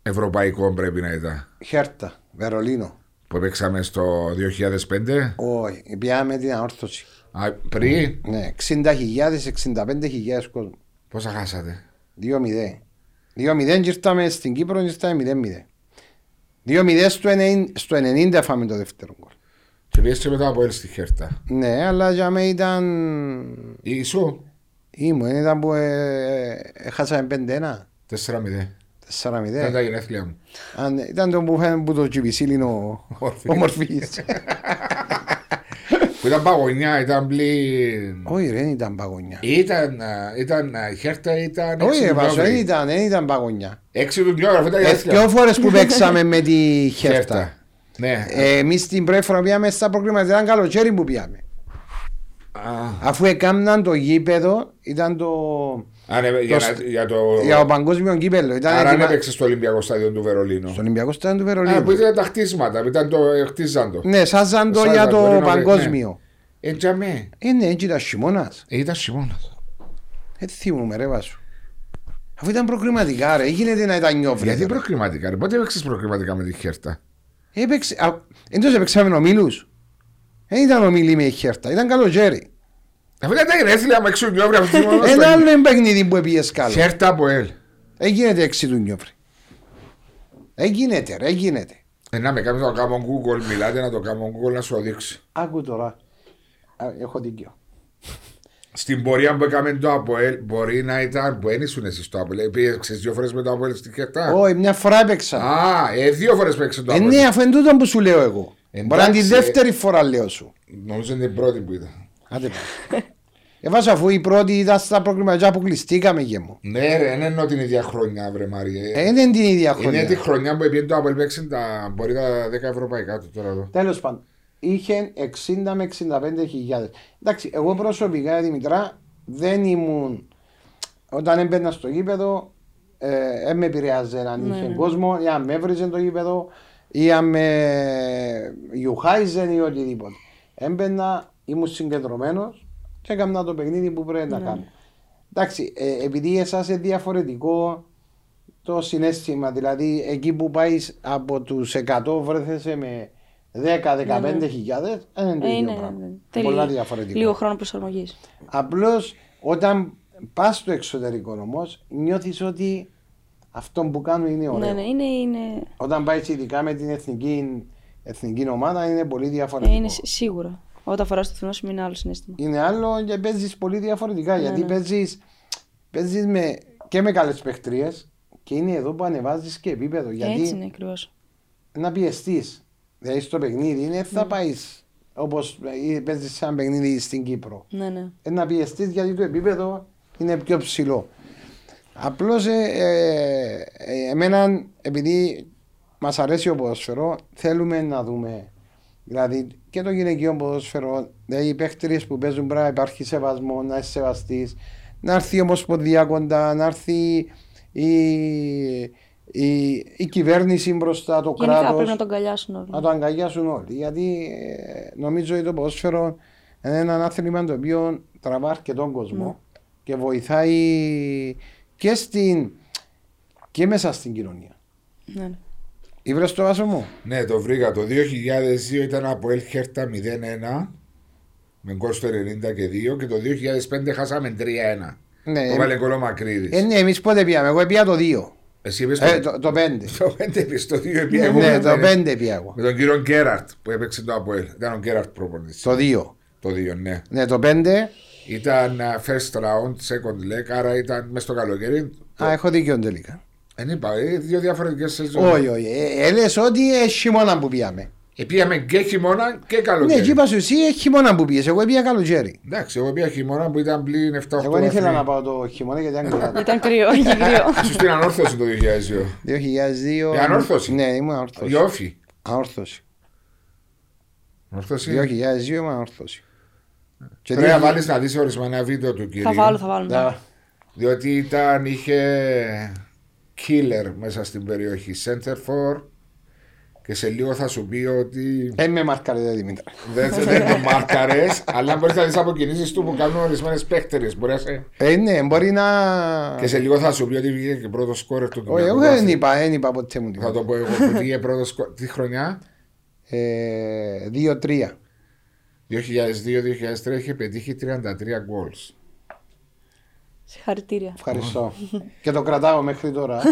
A: ευρωπαϊκό πρέπει να ήταν.
B: Χέρτα, Βερολίνο.
A: Που έπαιξαμε στο 2005.
B: Όχι, πιάμε την αόρθωση.
A: Α, πριν.
B: Ναι, 60.000, 65.000 κόσμος.
A: Πόσα χάσατε.
B: 2-0. 2-0 και ήρθαμε στην Κύπρο και ήρθαμε 0-0. 2-0 στο 90 στο 90 φάμε το δεύτερο γκολ.
A: Και πήγε μετά από έλ στη χέρτα.
B: Ναι, αλλά για μένα ήταν...
A: Ισού.
B: Ήμουν, ήταν που ε, ε, χάσαμε 5-1.
A: 4-0.
B: 4-0.
A: Ήταν τα γενέθλια μου.
B: Αν- Ήταν το που φάμε που το Κιβισίλ είναι ο- ο Μορφής.
A: Που ήταν παγωνιά, ήταν πλή.
B: Όχι, ρε, δεν ήταν παγωνιά.
A: Ήταν, ε, ήταν, ε, η Χέρτα ήταν.
B: Όχι, ρε, Βάσο, δεν
A: ήταν.
B: ήταν, δεν ήταν παγωνιά.
A: Έξι του Νιόγραφ, ήταν η
B: Ε,
A: αλήθεια.
B: δυο φορές
A: <laughs>
B: που παίξαμε με τη Χέρτα.
A: Χέρτα. Ναι.
B: Ε, Εμείς την πρώτη φορά πήγαμε στα προκριματικά, ήταν καλοκαίρι που πήγαμε.
A: Α,
B: Αφού έκαναν το γήπεδο, ήταν το...
A: Α, ναι, για
B: το
A: να-
B: σ-
A: για το.
B: για το παγκόσμιο κύπελο. Ήταν
A: Άρα αν
B: έτοιμα-
A: έπαιξες στο Ολυμπιακό Στάδιο του Βερολίνου.
B: Στον Ολυμπιακό ήταν του
A: Α, που
B: Βερολίνου.
A: ήταν τα χτίσματα, που ήταν το ε, χτίζαν το.
B: Ναι, σάζαν το
A: Σάζαν
B: για
A: το, μπορεί
B: το
A: να-
B: παγκόσμιο.
A: Ε, τζαμέ.
B: Ε, ναι, έτσι ήταν χειμώνας.
A: Ε, ήταν χειμώνας.
B: Δεν θυμούμαι ρε Βάσο. Αφού ήταν προκριματικά ρε, γίνεται να ήταν νιόβρε.
A: Γιατί προκριματικά, ρε, πότε έπαιξες προκριματικά με τη Χέρτα.
B: Έπαιξε, Ε, α, εντός έπαιξαμε ομίλους. Δεν ήταν ομίλοι με η χέρτα, ήταν καλοκαίρι.
A: Αφού ήταν τα γενέθλια μου έξω νιόβρε αυτή τη μόνος
B: Ε, Ένα
A: του.
B: άλλο παιχνίδι που πήγες καλά.
A: Χέρτα από ελ.
B: Δεν γίνεται έξι του νιόβρε. Δεν γίνεται ρε, δεν γίνεται.
A: Ε, να με κάνεις να το κάνω Google, μιλάτε να το κάνω Google να σου δείξει.
B: Άκου τώρα. Α, Έχω δίκιο.
A: Στην πορεία που έκαμε το Αποέλ, μπορεί να ήταν που δεν ήσουν εσύ στο Αποέλ. Πήγε δύο φορές με το Αποέλ στην Χερτά.
B: Όχι, μια φορά έπαιξα.
A: Α, ε, δύο φορές παίξε το
B: Ε,
A: Αποέλ.
B: ναι, αφού είναι τούτο που σου λέω εγώ.
A: Εντάξει,
B: Μπορεί να είναι τη
A: ε.
B: δεύτερη φορά λέω σου.
A: Νομίζω είναι την πρώτη που ήταν.
B: Άντε
A: <laughs>
B: πάλι. Ε, Βάσο, αφού η πρώτη ήταν στα προκριματικά που κλειστήκαμε και μου.
A: Ναι, ρε, δεν εννοώ την ίδια χρονιά, βρε Μάριε.
B: Ε, δεν είναι την ίδια
A: Είναι τη
B: χρονιά.
A: χρονιά που επειδή το Apple παίξε τα μπορεί τα 10 ευρωπαϊκά του τώρα εδώ.
B: Τέλος πάντων, είχε 60 με 65 χιλιάδες. Εντάξει, εγώ προσωπικά, Δημητρά, δεν ήμουν... Όταν έμπαινα στο γήπεδο, ε, δεν με επηρεάζε αν
C: Ναι,
B: είχε
C: ναι.
B: κόσμο, ή αν με έβριζε το γήπεδο, ή αν με γιουχάιζε ή οτιδήποτε. Έμπαινα, ήμουν συγκεντρωμένος και έκανα το παιχνίδι που πρέπει να
C: Ναι.
B: κάνω. Εντάξει, ε, επειδή εσάς είναι διαφορετικό το συνέστημα, δηλαδή εκεί που πάεις από τους 100 βρέθεσαι με 10-15 χιλιάδες, δεν είναι το
C: Ναι, Ε,
B: ίδιο
C: ναι, ναι,
B: πράγμα.
C: ναι. Θέλει
B: Πολλά διαφορετικό.
C: Λίγο χρόνο προσαρμογής.
B: Απλώς όταν πας στο εξωτερικό όμως νιώθεις ότι αυτό που κάνω είναι ωραίο.
C: Ναι, ναι, είναι, είναι,
B: Όταν πάει ειδικά με την εθνική, εθνική ομάδα είναι πολύ διαφορετικό.
C: ε, είναι σι- σίγουρα. Όταν φοράς το θυνό σου είναι άλλο συνέστημα.
B: Είναι άλλο και παίζεις πολύ διαφορετικά.
C: Ναι,
B: γιατί
C: ναι.
B: παίζεις παίζεις με, και με καλές παίχτριε και είναι εδώ που ανεβάζεις και επίπεδο. Γιατί
C: Έτσι ναι. είναι ακριβώς.
B: να πιεστείς. Δηλαδή στο παιχνίδι είναι,
C: Ναι.
B: θα πάεις όπως παίζει σε ένα παιχνίδι στην Κύπρο.
C: Ναι, ναι.
B: Ε, να πιεστείς γιατί το επίπεδο είναι πιο ψηλό. Απλώς ε, ε, ε, εμένα, επειδή μας αρέσει ο ποδόσφαιρο, θέλουμε να δούμε. Δηλαδή και το γυναικείο ποδόσφαιρο, δηλαδή οι παίχτριε που παίζουν πρέπει να υπάρχει σεβασμό, να είσαι σεβαστής, να έρθει η ομοσπονδία κοντά, να έρθει η, η, η κυβέρνηση μπροστά, το
C: Γενικά
B: κράτο.
C: πρέπει να τον καλιάσουν όλοι.
B: Να το αγκαλιάσουν όλοι. Γιατί ε, νομίζω ότι το ποδόσφαιρο είναι ένα άθλημα το οποίο τραβά αρκετόν κόσμο και βοηθάει και, στην, και μέσα στην κοινωνία.
C: Ναι, ναι.
B: Ήβρες το βάσο μου.
A: Ναι, το βρήκα. Το 2002 ήταν από Ελ Χέρτα 0-1 με γκολ στο 90 και 2 και το 2005 χάσαμε 3-1.
B: Ναι,
A: Το βάλε γκολ ο Μακρύδης.
B: ε, ναι, εμείς πότε πήγαμε. Εγώ πήγα το 2.
A: Εσύ είπες
B: Ε,
A: το...
B: το, το 5.
A: Το 5 είπες, το 2 επειδή εγώ
B: ναι,
A: ήμουν,
B: το
A: ναι.
B: 5 πήγα εγώ.
A: Με τον κύριο Γκέραρτ που έπαιξε το Αποέλ. Ήταν ο Γκέραρτ προπονητής.
B: Το 2.
A: Το 2, ναι.
B: Ναι, το 5.
A: Ήταν α, first round, second leg, άρα ήταν μέσα στο καλοκαίρι.
B: Α, έχω δίκιο τελικά.
A: Δεν είπα, ε, δύο διαφορετικές σεζόν.
B: Όχι, όχι. Ε, ε, λες ότι ε, χειμώνα που πήγαμε.
A: Ε, πήγαμε και χειμώνα και καλοκαίρι.
B: Ναι, και είπα σου εσύ ε, χειμώνα που πήγες. Εγώ πήγα καλοκαίρι.
A: Εντάξει, εγώ πήγα χειμώνα που ήταν πλήν 7-8
B: Εγώ δεν ήθελα να πάω το χειμώνα γιατί <laughs> ήταν καλά.
C: Ήταν κρύο, είχε κρύο.
A: Σου στην ανόρθωση το 2002.
B: 2002.
A: Ε, ανόρθωση.
B: Ναι, ήμουν ανόρθωση.
A: Η όφη.
B: Ανόρθωση.
A: Ανόρθωση.
B: 2002 ήμουν ανόρθωση. Και
A: Πρέπει να
B: δύο-
A: βάλεις να δεις ορισμένα βίντεο του κυρίου.
C: θα βάλω, θα βάλω. ναι.
B: Να-
A: Διότι ήταν, είχε killer μέσα στην περιοχή. Center for. Και σε λίγο θα σου πει ότι
B: Ε, με μαρκαρέτε Δημήτρα.
A: δεν, δεν το μάρκαρες, αλλά μπορείς να δεις από κινήσει του που κάνουν ορισμένες παίχτερε.
B: Ε, ναι, μπορεί να...
A: Και σε λίγο θα σου πει ότι βγήκε και πρώτος σκόρερ του
B: Όχι, εγώ
A: Κυπριακού
B: δεν
A: Πρωταθλήματος.
B: είπα, δεν είπα ποτέ μου
A: Θα
B: τίποτα.
A: το πω εγώ. που Βγήκε πρώτος σκόρερ. Τι χρονιά?
B: Ε, 2-3.
A: 2002-2003 είχε πετύχει 33 γκολ.
C: Συγχαρητήρια.
B: Ευχαριστώ. Και το κρατάω μέχρι τώρα.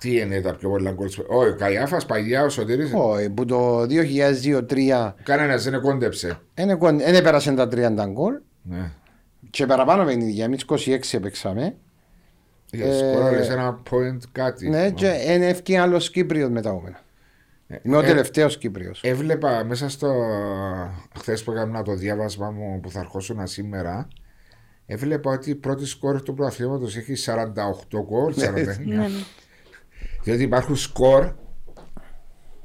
A: Τι είναι τα πιο πολλά γκολ. Όχι, ο Καϊάφας παγιά, ο Σωτήρης,
B: Όχι, που το 2002-2003
A: Κανένας δεν κόντεψε.
B: δεν έπερασαν τα 30 γκολ
A: Ναι.
B: και παραπάνω παιχνίδια. Εμείς 26 έπαιξαμε. Ε,
A: Σκόραρε ένα point κάτι.
B: Ναι, και δεν έφυγε άλλος Κύπριος μετά από μένα.
A: Ε,
B: Είμαι ο τελευταίος Κύπριος.
A: Έβλεπα μέσα στο. χθες που έκανα το διάβασμά μου που θα αρχόσουν σήμερα. Έβλεπα ότι η πρώτη σκόρ του πρωταθλήματος έχει 48 γκολ. 49.
C: ναι.
A: Διότι υπάρχουν σκορ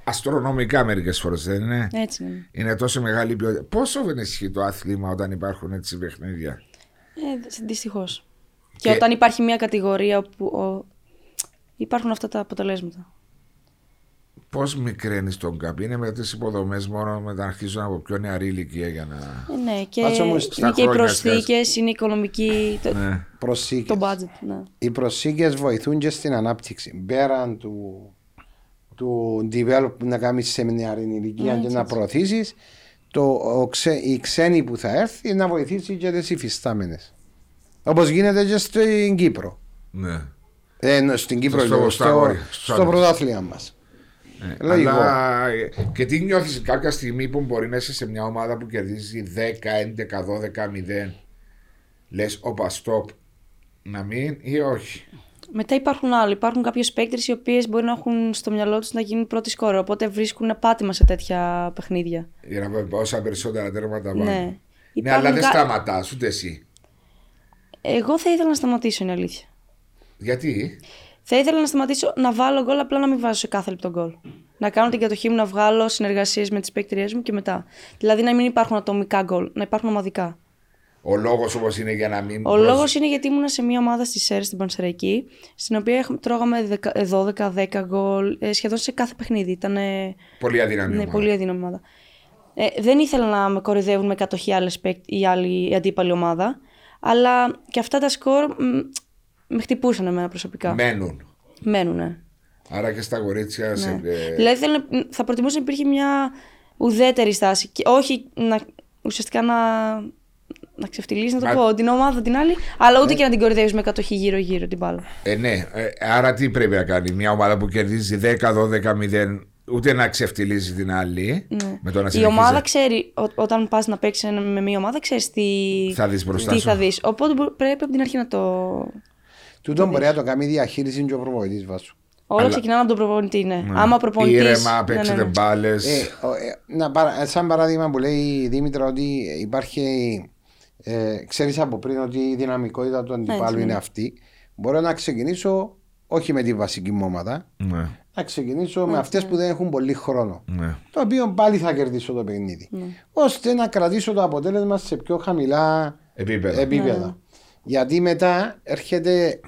A: αστρονομικά μερικές φορές, δεν είναι.
C: ναι, Έτσι είναι.
A: Είναι τόσο μεγάλη η ποιότητα. Πόσο δεν ισχύει το άθλημα όταν υπάρχουν έτσι παιχνίδια.
C: Ε, Δυστυχώς.
A: Και-
C: Και... όταν υπάρχει μια κατηγορία που. ο- Υπάρχουν αυτά τα αποτελέσματα.
A: Πώς μικραίνεις τον ΚΑΠ, είναι με τις υποδομές μόνο μετά αρχίζουν από πιο νεαρή ηλικία για να.
C: Ε, ναι, και
B: Ας όμως
A: στα
C: είναι και οι
A: χρόνια
C: προσθήκες, είναι η οικονομική. Το,
A: Ναι.
C: το
B: Προσήκε.
C: budget. Ναι.
B: Οι προσήκε βοηθούν και στην ανάπτυξη. Πέραν του, του develop που να κάνεις σε νεαρή ηλικία και να προωθήσει, η ξένη που θα έρθει να βοηθήσει και τις υφιστάμενες. Όπως γίνεται και στην Κύπρο.
A: ναι.
B: Ε, νο- στην Κύπρο,
A: Στο-
B: λέω,
A: στα
B: στο,
A: αγόρια, στους
B: στο
A: άντρες.
B: πρωτάθλημα μας.
A: Ε,
B: Λογικό.
A: Αλλά ε, και τι νιώθεις κάποια στιγμή που μπορεί να είσαι σε μια ομάδα που κερδίζει 10, 11, 12, 0. Λες, όπα, stop. Να μην ή όχι.
C: Μετά υπάρχουν άλλοι. Υπάρχουν κάποιες παίκτρες οι οποίες μπορεί να έχουν στο μυαλό τους να γίνουν πρώτη σκόρ. Οπότε βρίσκουν πάτημα σε τέτοια παιχνίδια.
A: Για να πούμε όσα περισσότερα τέρματα βάλουν.
C: Ναι.
A: Ναι,
C: Υπάρχουν
A: αλλά δεν
C: κα-
A: σταματάς ούτε εσύ.
C: Εγώ θα ήθελα να σταματήσω, είναι αλήθεια.
A: Γιατί
C: Θα ήθελα να σταματήσω να βάλω γκολ, απλά να μην βάζω σε κάθε λεπτό γκολ. Να κάνω την κατοχή μου, να βγάλω συνεργασίες με τις παίκτριές μου και μετά. Δηλαδή να μην υπάρχουν ατομικά γκολ, να υπάρχουν ομαδικά.
A: ο λόγος όμως είναι για να μην.
C: Ο λόγος είναι γιατί ήμουνα σε μια ομάδα στη ΣΕΡ στην Πανσεραϊκή, στην οποία έχ- τρώγαμε δεκα- ε, 12-10 γκολ ε, σχεδόν σε κάθε παιχνίδι. Ήταν
A: Πολύ αδύναμη.
C: ναι,
A: ομάδα.
C: πολύ αδύναμη ομάδα. Ε, δεν ήθελα να με κορυδεύουν με κατοχή άλλες, παίκ- η άλλη η αντίπαλη ομάδα, αλλά και αυτά τα σκορ μ, με χτυπούσαν εμένα προσωπικά.
A: Μένουν.
C: Μένουνε.
A: Άρα και στα κορίτσια. Σε... ε,
C: Δηλαδή θέλω να- θα προτιμούσα να υπήρχε μια ουδέτερη στάση. Και όχι να, ουσιαστικά να, να ξεφτυλίσει, να το
A: Μα- Ναι.
C: πω, την ομάδα την άλλη, αλλά ούτε και να την κορυδεύεις με κατοχή γύρω-γύρω την μπάλα.
A: Ε, ναι, ε, άρα τι πρέπει να κάνει μια ομάδα που κερδίζει 10-12-0, ούτε να ξεφτυλίζει την άλλη.
C: Ναι.
A: Με το να
C: Η
A: συνεχίζει.
C: ομάδα ξέρει, ό, όταν πας να παίξεις με μια ομάδα, ξέρεις τι
A: Θα δεις μπροστά
C: τι
A: σου.
C: θα δεις. Οπότε μπο- πρέπει από την αρχή να το.
B: Τούτο μπορεί να το κάνει διαχείριση και ο προπονητής βάσου.
C: Όλα
A: Αλλά-
C: ξεκινάνε από τον προπονητή, ναι. Άμα ο προπονητής...
A: Ήρεμα,
C: ναι, ναι,
A: παίξετε
C: ναι.
A: μπάλες.
B: Ε, ο- ε, να παρα- σαν παράδειγμα που λέει η Δήμητρα ότι υπάρχει, ε, ξέρεις από πριν ότι η δυναμικότητα του αντιπάλου
C: Έτσι,
B: είναι αυτή, μπορώ να ξεκινήσω όχι με τη βασική μου ομάδα,
A: Ναι,
B: να ξεκινήσω με αυτές που δεν έχουν πολύ χρόνο,
A: ναι.
B: το οποίο πάλι θα κερδίσω το παιχνίδι, ώστε να κρατήσω το αποτέλεσμα σε πιο χαμηλά
A: Επίπεδα.
B: επίπεδα. Γιατί μετά έρχεται,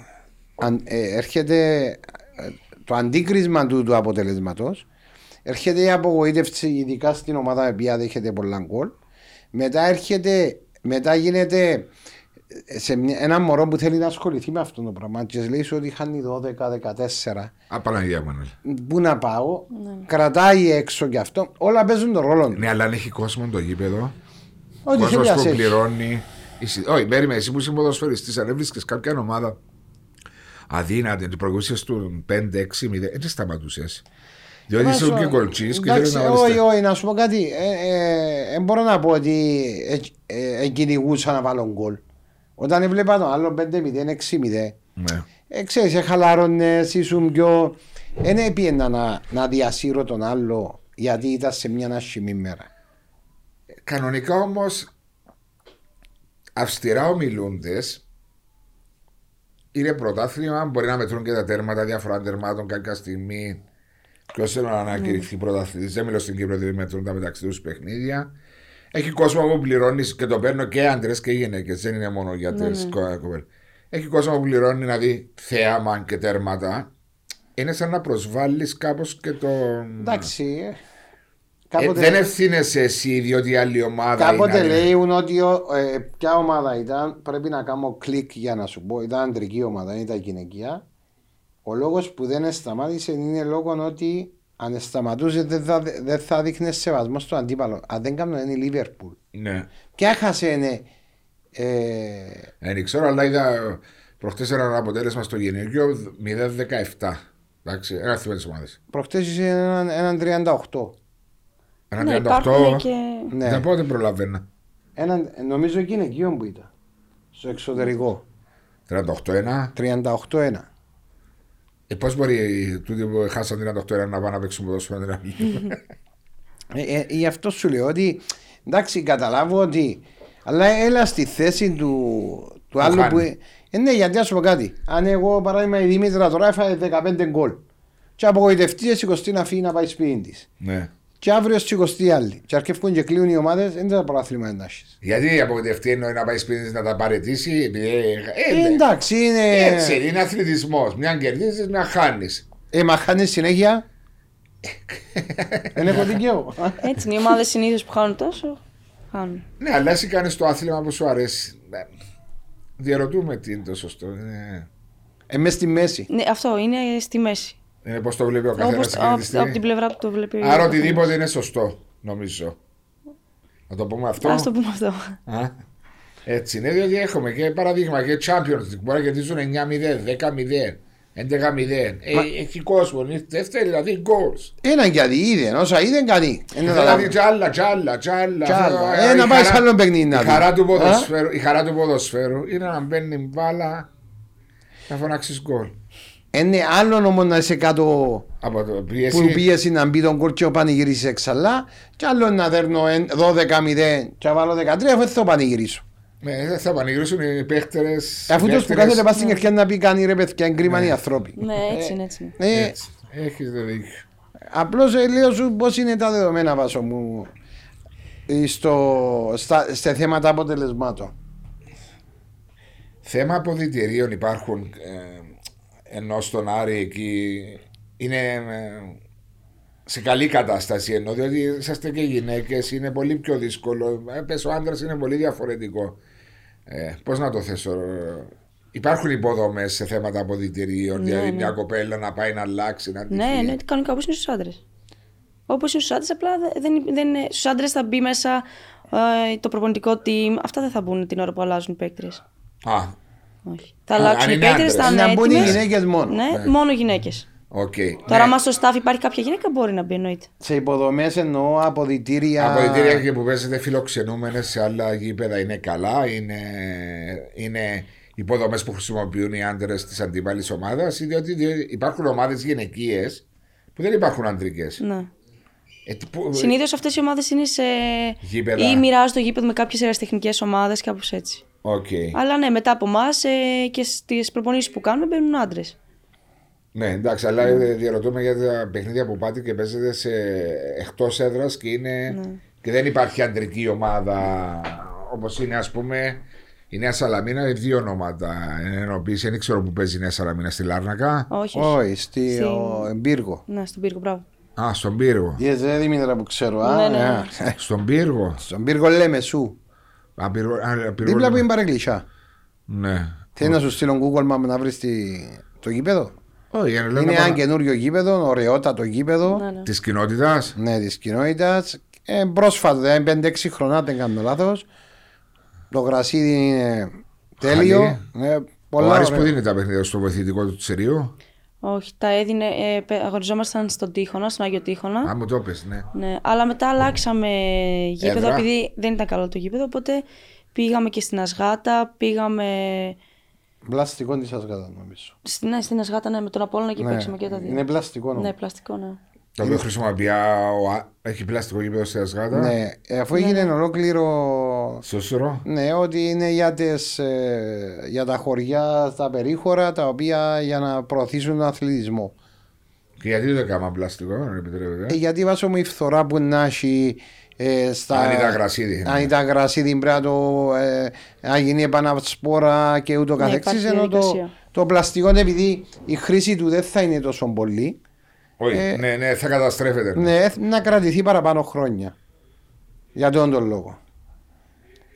B: αν- ε, έρχεται ε, το αντίκρισμα του, του αποτελέσματος, έρχεται η απογοήτευση, ειδικά στην ομάδα η οποία δέχεται πολλά γκολ. Μετά, έρχεται, μετά γίνεται ε, σε μια- ένα μωρό που θέλει να ασχοληθεί με αυτό το πράγμα και λέει σου ότι χάνει 12-14
A: Απαναγία μου. ναι.
B: πού να πάω κρατάει έξω και αυτό όλα παίζουν τον ρόλο του
A: Ναι, αλλά αν έχει κόσμο το γήπεδο.
B: Ό,τι
A: κόσμος
B: θέλει να
A: που
B: σε έχει.
A: πληρώνει. Εσύ- Όχι, περίμενε, εσύ που είσαι ποδοσφαιριστής, αν έβρισκες κάποια ομάδα αδύνατη, την προηγούσες του 5-6-0, ε, τι σταματούσες. Διότι Δηλαδή είσαι
B: Βάζω-
A: και κολτσή και θέλει
B: Εντάξει,
A: να
B: Όχι,
A: βάλεις
B: όχι, να σου πω κάτι. Ε, ε, ε, μπορώ να πω ότι ε, ε, ε, κυνηγούσα να βάλω γκολ. Όταν έβλεπα τον άλλο 5-0-6-0,
A: Ναι.
B: ε, ξέρεις, ε, χαλάρωνες, ήσουν πιο... Δεν έπιενα να, να διασύρω τον άλλο γιατί ήταν σε μια άσχημη μέρα.
A: Κανονικά όμως, αυστηρά ομιλούντες, είναι πρωτάθλημα. Μπορεί να μετρούν και τα τέρματα, διαφορά τερμάτων κάποια στιγμή. Ποιος θέλει να
B: Ναι.
A: ανακηρυχθεί πρωταθλητής. Δεν μιλώ στην Κύπρο, διότι μετρούν τα μεταξύ τους παιχνίδια. Έχει κόσμο που πληρώνεις και το παίρνω και άντρες και γυναίκες. Δεν είναι μόνο για
B: Ναι,
A: τις κοπέλες. Έχει κόσμο που πληρώνει να δει θέαμα και τέρματα. Είναι σαν να προσβάλλεις κάπως και το.
B: Εντάξει. ε,
A: Ε,
B: κάποτε
A: δεν ευθύνεσαι εσύ, διότι η άλλη ομάδα.
B: κάποτε
A: είναι-
B: λέει ότι ο- ε, ποια ομάδα ήταν, πρέπει να κάνω κλικ για να σου πω. Ήταν αντρική ομάδα, δεν ήταν γυναικεία. Ο λόγος που δεν σταμάτησε είναι λόγω ότι αν σταματούσε δεν θα, δεν θα δείχνες σεβασμό στον αντίπαλο. Αν δεν κάνω είναι η Λίβερπουλ.
A: Ναι.
B: Και έχασε ναι, ε,
A: Δεν ξέρω, αλλά είδα προχτές ένα αποτέλεσμα στο γυναικείο 0-17. Εντάξει, ένα θυμό της ομάδας.
B: προχτές έναν έναν 38.
A: Ένα
C: Ναι,
A: 38.
C: υπάρχουν και.
B: Ναι.
A: Δεν πω δεν προλαβαίνα.
B: Έναν, νομίζω γυναικείων που ήταν. Στο εξωτερικό.
A: 38-1.
B: 38-1.
A: Ε, Πώς μπορεί τούτοι που χάσαν την ατοχτωρία να πάνε να παίξουν ποδόσφαιρο να την
C: <laughs>
A: αμήνουν.
B: Ε, ε, γι' αυτό σου λέω ότι εντάξει, καταλάβω ότι. Αλλά έλα στη θέση του, του άλλου
A: χάνει.
B: που. ε, Ε, ναι, γιατί να σου πω κάτι. Αν εγώ παράδειγμα η Δήμητρα τώρα έφαγε 15 γκολ. Και απογοητευτείς, η σηκωστεί να φύγει να πάει σπίτι της.
A: Ναι.
B: Και αύριο σηκωστεί η άλλη. Και αρκεύκουν και κλείουν οι ομάδες, δεν θα προάθλημα να έχεις.
A: Γιατί η απογοητευτή εννοεί να πάει σπίτι της να τα παρετήσει, επειδή. ε,
B: Ε,
A: ναι.
B: εντάξει, είναι.
A: Έτσι, είναι αθλητισμός. Μια κερδίζεις, μια χάνεις.
B: Ε, μα χάνεις συνέχεια. δεν έχω δικαίωμα.
C: Έτσι, είναι οι ομάδες συνήθως που χάνουν τόσο. Χάνουν.
A: Ναι, αλλά εσύ κάνεις το άθλημα που σου αρέσει. Ε, Διαρωτούμε τι είναι το σωστό. ναι. Είναι,
B: Ε, μες στη μέση.
C: Ναι, αυτό είναι στη μέση.
A: είναι πώ Ε, το βλέπει ο καθένα
C: Όπω
A: εκείνη τη
C: από την
A: στιγμή.
C: πλευρά που το βλέπει.
A: Άρα οτιδήποτε είναι σωστό, νομίζω. Να το πούμε αυτό.
C: Ας το πούμε αυτό.
A: Α, Έτσι είναι, διότι έχουμε και παραδείγμα και Champions League. Μπορεί να κερδίζουν 9-0, 10-0, 11-0. Ε,
B: Μα-
A: Έχει κόσμο, είναι δεύτερη, δηλαδή goals.
B: Έναν γιατί είδε, όσα είδε κάτι. Ε, Ένα θα
A: Δηλαδή τζάλα, τζάλα, τζάλα.
B: Τζάλα.
A: Αυτό,
B: Ε,
A: η
B: να πάει
A: χαρά-
B: σε άλλο παιχνίδι να
A: η
B: δει.
A: χαρά του
B: Α?
A: ποδοσφαίρου- Η χαρά του ποδοσφαίρου είναι να μπαίνει μπάλα να φωνάξεις γκολ.
B: Είναι άλλο όμω ναι, να είσαι κάτω
A: Από το
B: που
A: πίεση.
B: πίεση να μπει τον κόρ και ο πανηγυρίσει εξαλά. Κι άλλο να δέρνω εν- 12-0 και να βάλω 13 αφού δεν θα πανηγυρίσω.
A: Ναι, δεν θα πανηγυρίσουν οι παίχτε.
B: Ε, Αφού το που κάθεται πας στην κερκιά να πει κάνει ρε παιδιά εγκρίμανοι άνθρωποι.
C: ναι, έτσι είναι, έτσι
A: <laughs>
C: είναι.
B: Ε,
A: Έχει δίκιο.
B: Απλώς λέω σου πώς είναι τα δεδομένα βάσο μου ε, στο, στα, σε θέματα αποτελεσμάτων.
A: Θέμα αποδητηρίων υπάρχουν ε, ενώ στον Άρη εκεί είναι ε, σε καλή κατάσταση ενώ διότι είσαστε και γυναίκες, είναι πολύ πιο δύσκολο. Ε, πες ο άντρας είναι πολύ διαφορετικό. Ε, Πώς να το θέσω, ε, Υπάρχουν υποδομές σε θέματα αποδητηρίων, δηλαδή μια κοπέλα να πάει να αλλάξει, να ντυθεί.
C: Ναι, ναι, κανονικά όπως είναι στους άντρες. Όπως είναι στους άντρες, απλά δε- δεν, δεν, στους άντρες θα μπει μέσα ε, το προπονητικό team. Αυτά δεν θα μπουν την ώρα που αλλάζουν οι παίκτρες.
A: Α,
C: Όχι. Θα
A: Α, αν
C: αλλάξουν οι
A: είναι
C: παίκτρε,
A: άντρες.
C: θα είναι
B: Να μπουν οι
C: ναι, έτοιμες.
B: γυναίκες μόνο.
C: Ναι, μόνο γυναίκες.
A: οκ.
C: Τώρα,
A: Ναι.
C: μα στο staff υπάρχει κάποια γυναίκα μπορεί να μπει, εννοείται.
B: Σε υποδομές εννοώ αποδητήρια.
A: Αποδητήρια και που παίζετε φιλοξενούμενες σε άλλα γήπεδα είναι καλά. Είναι, είναι υποδομές που χρησιμοποιούν οι άντρες της αντίπαλη ομάδας, διότι διότι υπάρχουν ομάδες γυναικείες που δεν υπάρχουν αντρικέ.
C: Ναι.
A: Ε, τι- που-
C: Συνήθως αυτές οι ομάδες είναι σε.
A: Γήπεδα.
C: ή μοιράζουν το γήπεδο με κάποιες ερασιτεχνικές ομάδες, κάπως έτσι.
A: Οκ.
C: Αλλά ναι, μετά από εμάς και στις προπονήσεις που κάνουμε μπαίνουν άντρες.
A: Ναι, εντάξει, αλλά ε, διαρωτούμε για τα παιχνίδια που πάτε και παίζετε σε εκτός έδρας και, είναι... και δεν υπάρχει αντρική ομάδα όπως είναι, ας πούμε, η Νέα Σαλαμίνα. είναι Δύο ονόματα ενοποίηση. Δεν ξέρω που παίζει η Νέα Σαλαμίνα στη Λάρνακα.
C: Όχι. όχι.
B: Όχι, στη ο, Εμπύργο.
C: Ναι, στον πύργο, μπράβο.
A: Α, στον πύργο.
B: Yes, δεν ε, Δημήτρα που ξέρω. α,
C: Ναι, ναι, ναι.
B: α.
A: Στον πύργο.
B: Στον πύργο λέμε σου.
A: Α, πύργο- α, πύργο-
B: Δίπλα που είναι παρεκκλησιά.
A: Ναι.
B: Θέλει να σου στείλω Google Map να βρεις το γήπεδο.
A: Όχι, για να λέω
B: Είναι
A: να
B: ένα
A: πάμε
B: καινούριο γήπεδο, ωραιότατο γήπεδο.
C: Ναι, ναι.
A: της κοινότητας.
B: Ναι, της κοινότητας. Ε, πρόσφατο, δεν είναι 5-6 χρονιά, δεν κάνω λάθος. Το γρασίδι είναι τέλειο.
A: Χαλί.
B: Ναι,
A: Ο
B: πολλά
A: Άρης που
B: ωραία.
A: δίνει τα παιχνίδια στο βοηθητικό του τσιρίου.
C: Όχι, τα έδινε. Ε, πε- αγωνιζόμασταν στον Τύχονα, στον Άγιο Τύχονα.
A: Α, μου το πες, ναι.
C: Ναι, αλλά μετά αλλάξαμε γήπεδο,
A: Έδρα.
C: επειδή δεν ήταν καλό το γήπεδο. Οπότε πήγαμε και στην Ασγάτα, πήγαμε.
B: Πλαστικό της Ασγάτας, νομίζω.
C: Στην, ναι, στην Ασγάτα, ναι, με τον Απόλλωνα και
B: Ναι,
C: παίξαμε και τα δύο.
B: είναι πλαστικό.
C: Ναι,
A: Λοιπόν.
B: νομίζω.
C: πλαστικό, ναι.
A: Το οποίο χρησιμοποιεί. ο Α- Έχει πλαστικό γήπεδο στη Ασγάτα.
B: Ναι, ε, αφού έγινε ολόκληρο
A: Σωσουρό.
B: Ναι, ότι είναι για, τις, ε, για τα χωριά, τα περίχωρα, τα οποία για να προωθήσουν τον αθλητισμό.
A: Και γιατί δεν έκανα πλαστικό, δεν επιτρέπεται.
B: Ε, γιατί βάζω μου η φθορά που να έχει ε, στα...
A: Αν ήταν γρασίδι. ναι.
B: Αν ήταν γρασίδι, πρέπει να το ε, να γίνει επανασπόρα και ούτω
C: Ναι,
B: καθεξής.
C: υπάρχει
B: Ενώ το,
C: διαδικασία.
B: το πλαστικό, επειδή η χρήση του δεν θα είναι τόσο πολύ,
A: Όχι,
B: ε,
A: ναι, ναι, θα καταστρέφεται.
B: ναι, να κρατηθεί παραπάνω χρόνια. Για τον τον λόγο.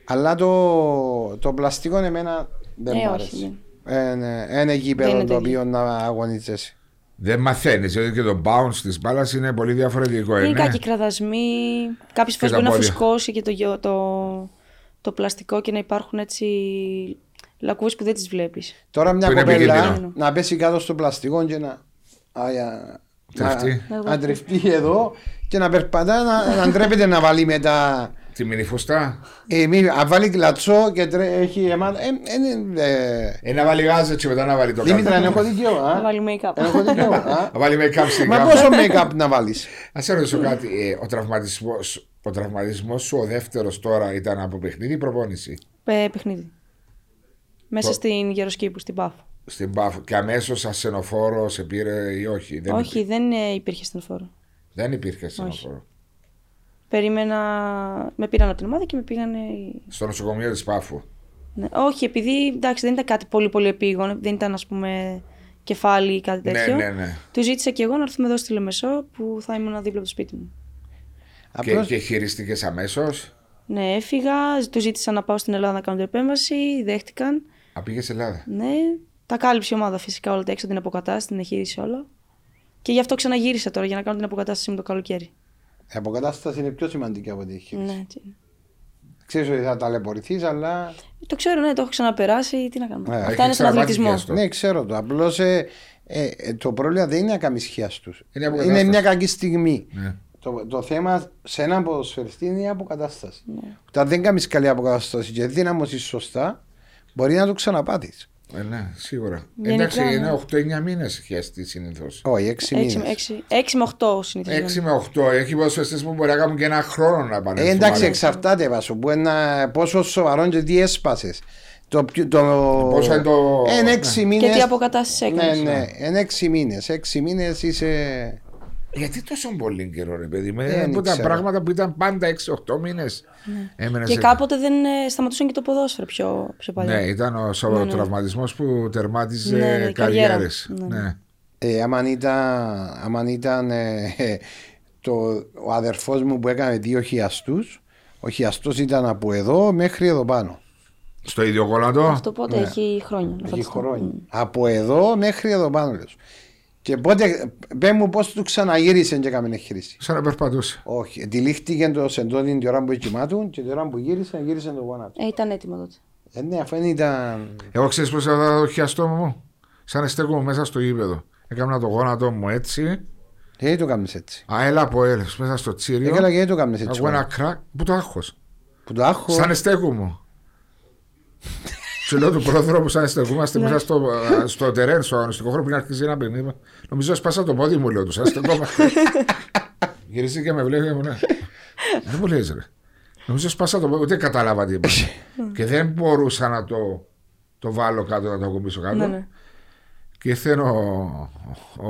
B: Αλλά το, το πλαστικό εμένα δεν
C: Ε,
B: μου
C: όχι,
B: αρέσει. Ε, ναι, ένα
C: Δεν
B: γήπεδο
C: είναι
B: το
C: τέτοιο.
B: οποίο να αγωνίζεσαι.
A: Δεν μαθαίνεις, διότι και το bounce της μπάλας είναι πολύ διαφορετικό. ε,
C: Είναι
A: ναι.
C: κακοί κραδασμοί. Κάποιες φορές
A: τα
C: μπορεί να
A: πόδια.
C: φουσκώσει και το, γιο- το, το πλαστικό και να υπάρχουν έτσι λακκούβε που δεν τις βλέπεις.
B: Τώρα μια
A: Που είναι
B: κοπέλα
A: επικίνδυνο.
B: να πέσει κάτω στο πλαστικό και να. Α, για-
A: Τρεφτεί.
B: να- να τρεφτεί εδώ και να περπατά, να, να ντρέπεται να βάλει μετά
A: Τη μηνυφουστά.
B: Ε, μη- α, βάλει κλατσό και τρε, έχει γεμάτα. Ε, ε, ε, ε,
A: Ε, να βάλει γάζε και μετά να βάλει το
B: Δήμητρα,
A: κάτω.
B: αν έχω δικαίωμα.
C: Να
B: α.
C: βάλει make-up.
B: Αν Έχω δικαίωμα. α.
A: Να βάλει make-up στην
B: Μα
A: κάμερα.
B: πόσο make-up να βάλεις.
A: Ας σε ρωτήσω κάτι. ε, ο τραυματισμός ο τραυματισμός σου, ο δεύτερος τώρα, ήταν από παιχνίδι ή προπόνηση.
C: <laughs> Ε, παιχνίδι. Μέσα
A: Πα-
C: στην Γεροσκήπου, στην Πάφο.
A: Στην Πάφο. Και αμέσως ασθενοφόρο σε πήρε ή όχι. Δεν
C: Όχι,
A: υπήρχε.
C: δεν ε, υπήρχε στενοφόρο.
A: Δεν υπήρχε ασθενοφόρο.
C: Περίμενα. Με πήραν από την ομάδα και με πήγανε. οι-
A: Στο νοσοκομείο της Πάφου.
C: Ναι. Όχι, επειδή εντάξει, δεν ήταν κάτι πολύ πολύ επίγον, δεν ήταν ας πούμε κεφάλι ή
A: Ναι,
C: κάτι τέτοιο.
A: ναι, ναι.
C: Του ζήτησα και εγώ να έρθουμε εδώ στη Λεμεσό που θα ήμουν δίπλα από το σπίτι μου.
A: Και,
B: Απλώς
A: και χειριστήκε αμέσως.
C: Ναι, έφυγα, του ζήτησα να πάω στην Ελλάδα να κάνω την επέμβαση, δέχτηκαν.
A: Απήγε Ελλάδα.
C: Ναι, τα κάλυψε η ομάδα φυσικά όλα τα έξω, την αποκατάσταση, την εγχείρηση όλα. Και γι' αυτό ξαναγύρισα τώρα για να κάνω την αποκατάσταση με το καλοκαίρι.
B: η αποκατάσταση είναι πιο σημαντική από τη χείριση.
C: Ναι, έτσι είναι.
B: Ξέρεις ότι θα ταλαιπωρηθείς, αλλά.
C: Το ξέρω, ναι, το έχω ξαναπεράσει. Τι να κάνουμε.
B: Ναι,
A: έχει
C: Αυτά είναι στον
A: ξαναπάθει
C: αθλητισμό.
A: και αυτό.
B: Ναι, ξέρω το. Απλώς ε, ε, ε, το πρόβλημα δεν είναι ακαμισχία τους.
A: Είναι η αποκατάσταση.
B: είναι μια κακή στιγμή.
A: Ναι.
B: Το, το θέμα σε έναν ποδοσφαιριστή είναι η αποκατάσταση.
C: Ναι.
B: Όταν δεν κάνεις καλή αποκατάσταση και δυναμώσεις σωστά, μπορεί να το ξαναπάθει.
A: Ε, ναι, σίγουρα.
C: Γενικά,
A: Εντάξει,
C: ναι.
A: είναι 8-9 μήνε χιαστή συνήθως.
B: Όχι, έξι
C: 6
B: μήνε.
C: με 8
A: 6
C: συνήθω.
A: με 8. Έχει ποδοσφαιριστέ που μπορεί να κάνουν και ένα χρόνο να πάνε.
B: Ε, εντάξει, εξαρτάται βάσο. Που ένα, πόσο σοβαρό και τι έσπασες. Το, πιο- το... Ε,
A: Πόσο είναι το-
B: Εν έξι μήνε.
C: Και τι αποκατάστασης
B: Ναι,
C: έκανες.
B: ναι, εν έξι μήνες. Έξι μήνες είσαι.
A: Γιατί τόσο πολύ καιρό, ρε παιδί μου.
B: Δεν
A: Ε, από τα
B: ξέρω.
A: πράγματα που ήταν πάντα 6-8 μήνες. Ναι.
C: Και κάποτε δεν ε, σταματούσαν και το ποδόσφαιρο πιο, πιο παλιά.
A: Ναι, ήταν ο
C: ναι.
A: σοβαροτραυματισμό που τερματίζε
C: Ναι, ναι, καριέρα.
A: καριέρες.
C: Ναι, ναι.
A: Ναι.
B: Ε, άμα ήταν, άμαν ήταν ε, ε, το, ο αδερφός μου που έκανε δύο χιαστούς, ο χιαστός ήταν από εδώ μέχρι εδώ πάνω.
A: Στο ίδιο γόνατο.
C: Αυτό πότε έχει χρόνια. να
B: Ναι. Έχει
C: φανταστώ.
B: χρόνια. Από εδώ μέχρι εδώ πάνω. Λες. Και πότε, πέ μου πώς του ξαναγύρισε και έκαμε χειρίση.
A: Σαν να περπατούσε.
B: Όχι, τυλίχτηκε το σεντόνι την ώρα που κοιμάτουν και την ώρα που γύρισε, γύρισε το γόνατο.
C: Ε, ήταν έτοιμο τότε.
B: Ε, ναι, αφού δεν ήταν...
A: Εγώ ξέρεις πώς θα το χιαστό μου. Σαν να στέκομαι μέσα στο γήπεδο. Έκανα το γόνατό μου έτσι.
B: Και γιατί το κάνεις έτσι.
A: Αέλα από έλεος μέσα στο τσίριο.
B: Έκανα και γιατί το κάνεις έτσι.
A: Ακούω ένα
B: γόνα.
A: κρακ που το άγχο.
B: Που το άχω.
A: Σαν στέκου μου. Σου λέω του πρόεδρο που σαν στεκούμαστε μέσα στο, στο τερέν, στο αγωνιστικό χώρο που να αρχίσει ένα παιχνίδι. Μα, Νομίζω σπάσα το πόδι μου, λέω τους. Σαν στεκόμαστε. Γυρίζει και με βλέπει και μου λέει. Δεν μου λες ρε. Νομίζω σπάσα το πόδι, ούτε κατάλαβα τι είπα. και δεν μπορούσα να το, το βάλω κάτω, να το ακουμπήσω κάτω.
C: Ναι, ναι.
A: Και ήρθε ο, ο,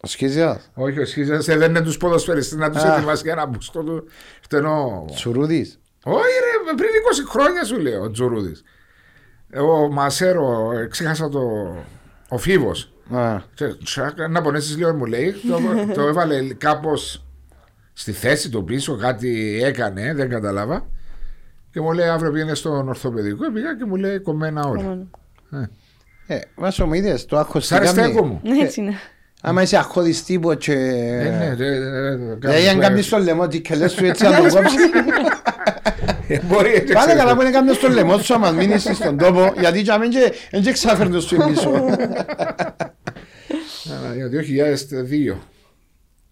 B: Ο Σχίζιας,
A: όχι, ο Σχίζα δεν είναι τους ποδοσφαιριστές να τους
B: Α.
A: ετοιμάσει για ένα μπουστό του. Φτενό.
B: Τσουρούδης.
A: Όχι, ρε, πριν 20 χρόνια σου λέω ο Τζουρούδης. Ο Μασέρο, ε, ξέχασα το. Ο Φίβος.
B: Α,
A: Να πονέσει λίγο, μου λέει. Το, το έβαλε κάπως στη θέση του πίσω, κάτι έκανε, δεν καταλάβα. Και μου λέει αύριο πήγαινε στον ορθοπαιδικό. Πήγα και μου λέει κομμένα όλα.
C: Επόμενο.
B: Ε, Βάσο μου είδες, το άχω
A: Σαν στέκο μου.
C: Ναι,
B: Ε.
C: έτσι είναι.
B: Άμα είσαι αχώδης τύπο και...
A: Ε, ναι, ρε, ρε, ρε,
B: Δηλαδή αν
A: κάνεις-
B: κάνεις στο λαιμό τι και λες σου
A: <laughs>
B: έτσι να το κόψεις.
A: Ε, Μπορεί, έτσι,
B: Πάνε
A: ξέρω.
B: καλά που είναι κάποιος στο λαιμό σου άμα μείνεις στον τόπο γιατί και αμήν και εν και ξάφερνε σου πίσω.
A: Παναγία, 2002.